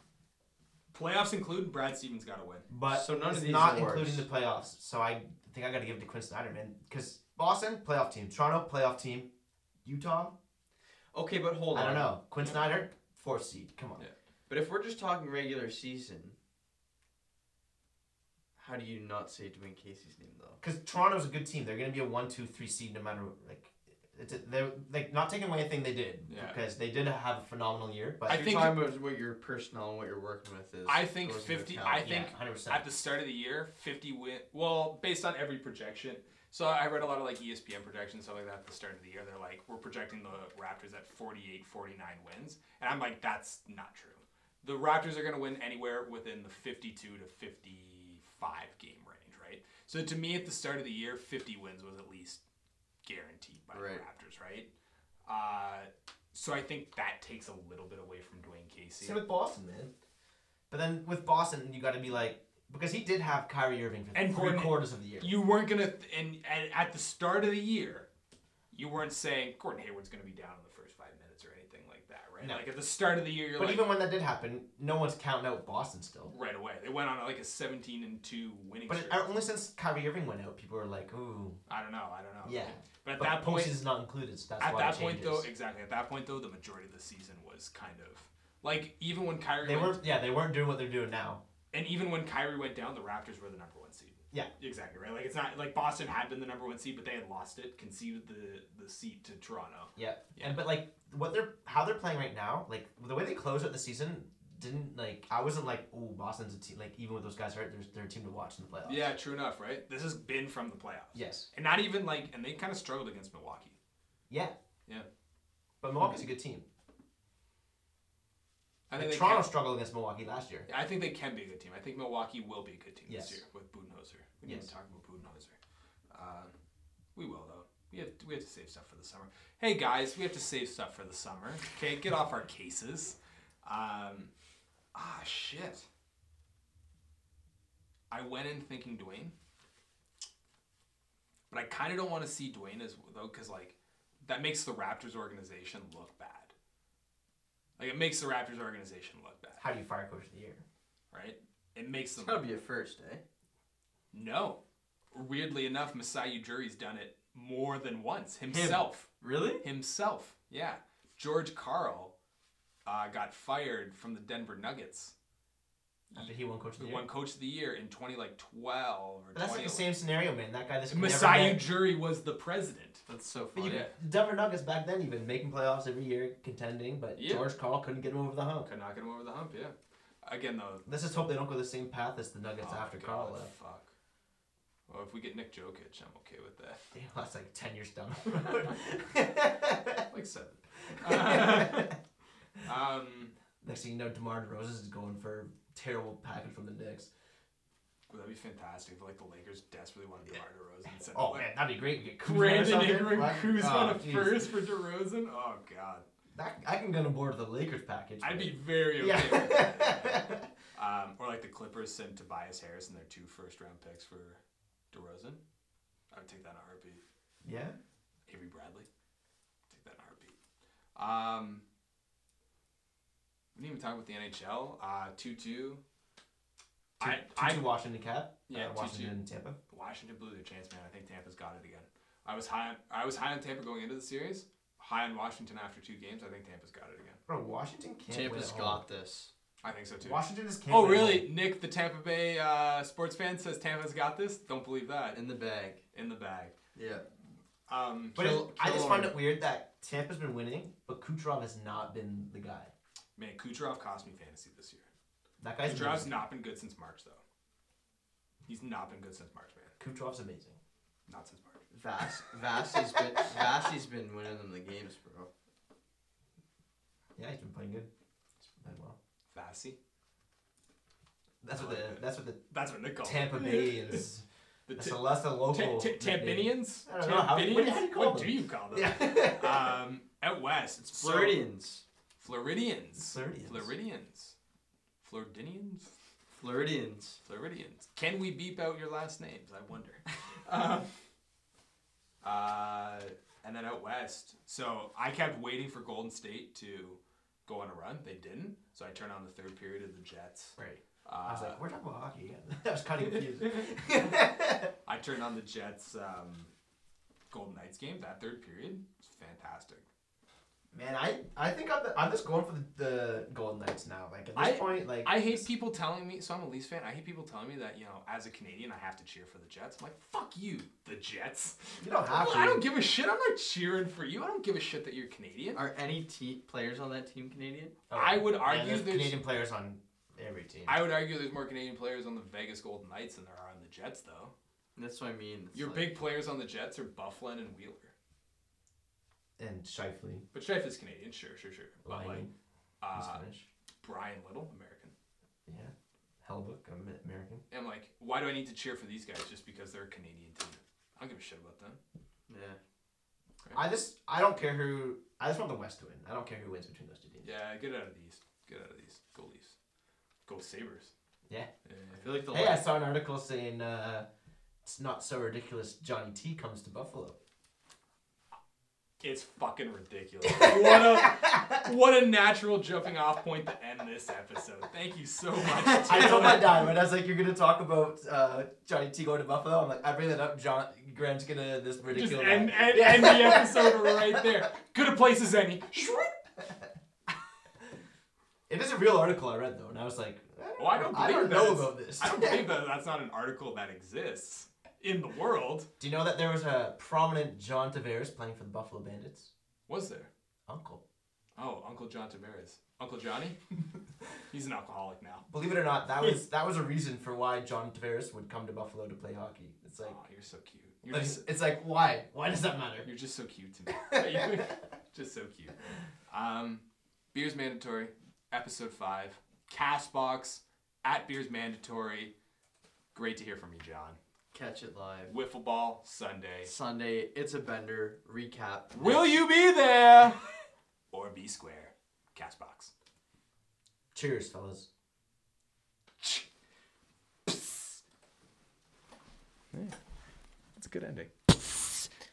S2: Playoffs include Brad Stevens got to win.
S3: but
S1: So none of
S3: it's
S1: these
S3: not
S1: awards.
S3: including the playoffs. So I think I got to give it to Quinn Snyder, man, because Boston playoff team, Toronto playoff team, Utah.
S1: Okay, but hold on.
S3: I don't know. Quinn Snyder fourth seed. Come on.
S2: Yeah.
S1: But if we're just talking regular season, how do you not say Dwayne Casey's name though?
S3: because Toronto's a good team. They're going to be a one, two, three seed no matter like. It's a, they're like not taking away anything they did
S2: Yeah.
S3: because they did have a phenomenal year. But
S2: I
S1: If you're
S2: think-
S1: talking about what your personnel and what you're working with is.
S2: I think
S1: goes into
S2: 50
S1: account.
S2: I think
S3: hundred percent.
S2: At the start of the year, 50 win. Well, based on every projection. So I read a lot of like E ESPN projections, stuff like that at the start of the year. They're like, we're projecting the Raptors at 48, 49 wins. And I'm like, that's not true. The Raptors are going to win anywhere within the 52 to 55 game range, right? So to me, at the start of the year, 50 wins was at least guaranteed by
S1: Right.
S2: the Raptors, right? Uh, so I think that takes a little bit away from Dwayne Casey.
S3: Same with Boston, man. But then with Boston, you got to be like because he did have Kyrie Irving for
S2: And
S3: three
S2: Gordon-
S3: quarters of the year.
S2: You weren't gonna, th- and, and at the start of the year, you weren't saying Gordon Hayward's gonna be down in the first five minutes or anything like that, right?
S3: No.
S2: Like at the start of the year, you're
S3: but
S2: like
S3: even when that did happen, no one's counting out Boston still.
S2: right away. They went on like a 17 and two winning
S3: But
S2: streak.
S3: uh, only since Kyrie Irving went out, people were like, "Ooh,
S2: I don't know. I don't know.
S3: yeah."
S2: But at
S3: But
S2: that point,
S3: is not included, so that's
S2: at
S3: why
S2: that
S3: it
S2: point
S3: changes.
S2: though, exactly. At that point though, the majority of the season was kind of like even when Kyrie
S3: they
S2: went,
S3: weren't. Yeah, they weren't doing what they're doing now.
S2: and even when Kyrie went down, the Raptors were the number one seed.
S3: Yeah.
S2: Exactly right. Like it's not like Boston had been the number one seed, but they had lost it, conceded the the seat to Toronto.
S3: Yeah.
S2: Yeah.
S3: And but like what they're how they're playing right now, like the way they closed out the season didn't like I wasn't like, oh Boston's a team like even with those guys hurt, there's they're a team to watch in the playoffs.
S2: Yeah, true enough, right? This has been from the playoffs.
S3: Yes.
S2: And not even like, and they kind of struggled against Milwaukee.
S3: Yeah.
S2: Yeah.
S3: But Milwaukee's a good team.
S2: I
S3: Like,
S2: think, they
S3: Toronto
S2: can,
S3: struggled against Milwaukee last year.
S2: I think they can be a good team. I think Milwaukee will be a good team
S3: Yes.
S2: this year with Budenholzer. We need
S3: Yes.
S2: to talk about Budenholzer. Uh, we will, though. We have, we have to save stuff for the summer. Hey, guys, we have to save stuff for the summer. Okay, get off our cases. Um, ah, shit. I went in thinking Dwayne, but I kind of don't want to see Dwayne as though because like that makes the Raptors organization look bad. Like it makes the Raptors organization look bad,
S3: How do you fire coach of the year?
S2: right? It makes
S1: It's
S2: them
S1: gotta be a first, eh?
S2: no. Weirdly enough, Masai Ujiri's done it more than once himself.
S1: Really?
S2: Himself. Yeah. George Carl uh, got fired from the Denver Nuggets.
S3: After he won coach of
S2: The
S3: the year.
S2: one coach of the year in 20 like 12 or
S3: But that's like the
S2: 20
S3: same scenario, man. That guy this could never
S2: Masai
S3: make-
S2: Ujiri Oh, was the president.
S1: That's so
S3: But
S1: funny.
S3: you, Denver Nuggets back then, even making playoffs every year, contending, but
S2: Yeah.
S3: George Carl couldn't get him over the hump.
S2: Could not get him over the hump, yeah. Again, though.
S3: Let's just hope they don't go the same path as the Nuggets
S2: oh
S3: after
S2: my
S3: Carl
S2: God,
S3: left.
S2: Fuck. Well, if we get Nick Jokic, I'm okay with that.
S3: Damn, that's like ten years down.
S2: Like seven. Uh, um,
S3: Next thing you know, DeMar DeRozan is going for terrible package from the Knicks.
S2: Well, that'd be fantastic if like the Lakers desperately wanted DeMar DeRozan. and said,
S3: Oh
S2: "What?
S3: man, that'd be great. We get Kuzma or
S2: Brandon
S3: something.
S2: Ingram,
S3: What?
S2: Kuzma
S3: Oh,
S2: on a
S3: jeez.
S2: first for DeRozan. Oh god,
S3: That, I can get on board the Lakers package.
S2: I'd
S3: but-
S2: be very okay.
S3: Yeah.
S2: With that. um, or like the Clippers sent Tobias Harris and their two first round picks for DeRozan. I would take that in a heartbeat.
S3: yeah.
S2: Avery Bradley, take that in a heartbeat. Um, we didn't even talk about the NHL. Uh, two two. I,
S3: I,
S2: I
S3: Washington cap.
S2: Yeah,
S3: uh,
S2: 2-2.
S3: Washington Tampa.
S2: Washington blew their chance, man. I think Tampa's got it again. I was high. I was high on Tampa going into the series. High on Washington after two games. I think Tampa's got it again.
S3: Bro, Washington can't win
S1: Tampa's
S3: at home.
S1: got this.
S2: I think so too.
S3: Washington is can't
S2: oh
S3: win at
S2: really? Nick, the Tampa Bay uh, sports fan, says Tampa's got this. Don't believe that.
S1: In the bag.
S2: In the bag.
S1: Yeah.
S2: Um,
S3: But it-
S1: Kill-
S3: I just
S1: kill
S3: find
S1: him.
S3: it weird that Tampa's been winning, but Kucherov has not been the guy.
S2: man, Kucherov cost me fantasy this year.
S3: That guy's
S2: Kucherov's
S3: amazing.
S2: not been good since March though. He's not been good since March, man.
S3: Kucherov's amazing.
S2: Not since March.
S1: Vass Vassy's been Vassy's been winning them the games, bro.
S3: Yeah, he's been playing good. He's been playing well.
S2: Fassi.
S3: That's what the that's what the
S2: That's what Nick called. him.
S3: Tampa Bay is.
S2: The
S3: That's
S2: t-
S3: a less a local.
S2: t- Tampinians.
S3: I don't know. How- what do you- how do you call
S2: What
S3: them?
S2: do you call them?
S3: Yeah.
S2: um, out west, it's
S1: Floridians.
S2: Floridians.
S3: Floridians.
S2: Floridians. Floridians.
S1: Floridians.
S2: Floridians. Can we beep out your last names? I wonder. um, uh, and then out west, so I kept waiting for Golden State to go on a run. They didn't, so I turned on the third period of the Jets.
S3: Right.
S2: Uh,
S3: I was like, we're talking about hockey again. I was kind of confused.
S2: I turned on the Jets um, Golden Knights game. That third period was fantastic.
S3: Man, I, I think I'm, the, I'm just going for the, the Golden Knights now. Like at this
S2: I-
S3: point, like
S2: I hate people telling me. So I'm a Leafs fan. I hate people telling me that you know, as a Canadian, I have to cheer for the Jets. I'm like, fuck you, the Jets.
S3: You don't have to.
S2: I don't give a shit. I'm not cheering for you. I don't give a shit that you're Canadian.
S1: Are any te- players on that team Canadian?
S2: I would
S3: Oh, Yeah,
S2: argue
S3: there's
S2: there's-
S3: Canadian players on every team.
S2: I would argue there's more Canadian players on the Vegas Golden Knights than there are on the Jets, though.
S1: That's what I mean. It's
S2: Your
S1: like-
S2: big players on the Jets are Bufflin and Wheeler.
S3: and Shifley,
S2: But Shrife is Canadian, sure, sure, sure. But like
S3: Laine, he's
S2: uh,
S3: Finnish.
S2: Brian Little, American.
S3: Yeah, Hellbook, I'm American.
S2: And like, why do I need to cheer for these guys just because they're a Canadian team? I don't give a shit about them.
S1: Yeah.
S3: I just I don't care who. I just want the West to win. I don't care who wins between those two teams.
S2: Yeah, get out of these. Get out of these. Go Leafs. Go Sabers.
S3: Yeah.
S1: I feel like the
S3: Hey, I
S1: last,
S3: saw an article saying uh, it's not so ridiculous. Johnny T comes to Buffalo.
S2: It's fucking ridiculous. what a what a natural jumping off point to end this episode. Thank you so much.
S3: I told my dad when I was like, "You're gonna talk about uh, Johnny T going to Buffalo." I'm like, "I bring that up. John Graham's gonna this
S2: Just
S3: ridiculous."
S2: end, end, end the episode right there. Good a place as any.
S3: It is a real article I read though, and I was like, "Eh,
S2: Oh, I don't
S3: I
S2: believe
S3: don't
S2: that
S3: know
S2: is-
S3: about this.
S2: I don't believe that that's not an article that exists in the world.
S3: Do you know that there was a prominent John Tavares playing for the Buffalo Bandits?
S2: Was there?
S3: Uncle.
S2: Oh, Uncle John Tavares. Uncle Johnny? He's an alcoholic now.
S3: Believe it or not, that was that was a reason for why John Tavares would come to Buffalo to play hockey. It's like,
S2: Aw, you're so cute. You're
S3: like,
S2: just,
S3: it's like why? Why does that matter?
S2: You're just so cute to me. just so cute. Um, Beers Mandatory, episode five. Castbox at Beers Mandatory. Great to hear from you, John.
S1: catch it live.
S2: Wiffle ball Sunday.
S1: Sunday, it's a bender recap.
S2: Will you be there? or be square. Castbox.
S3: Cheers, fellas.
S2: That's a good ending.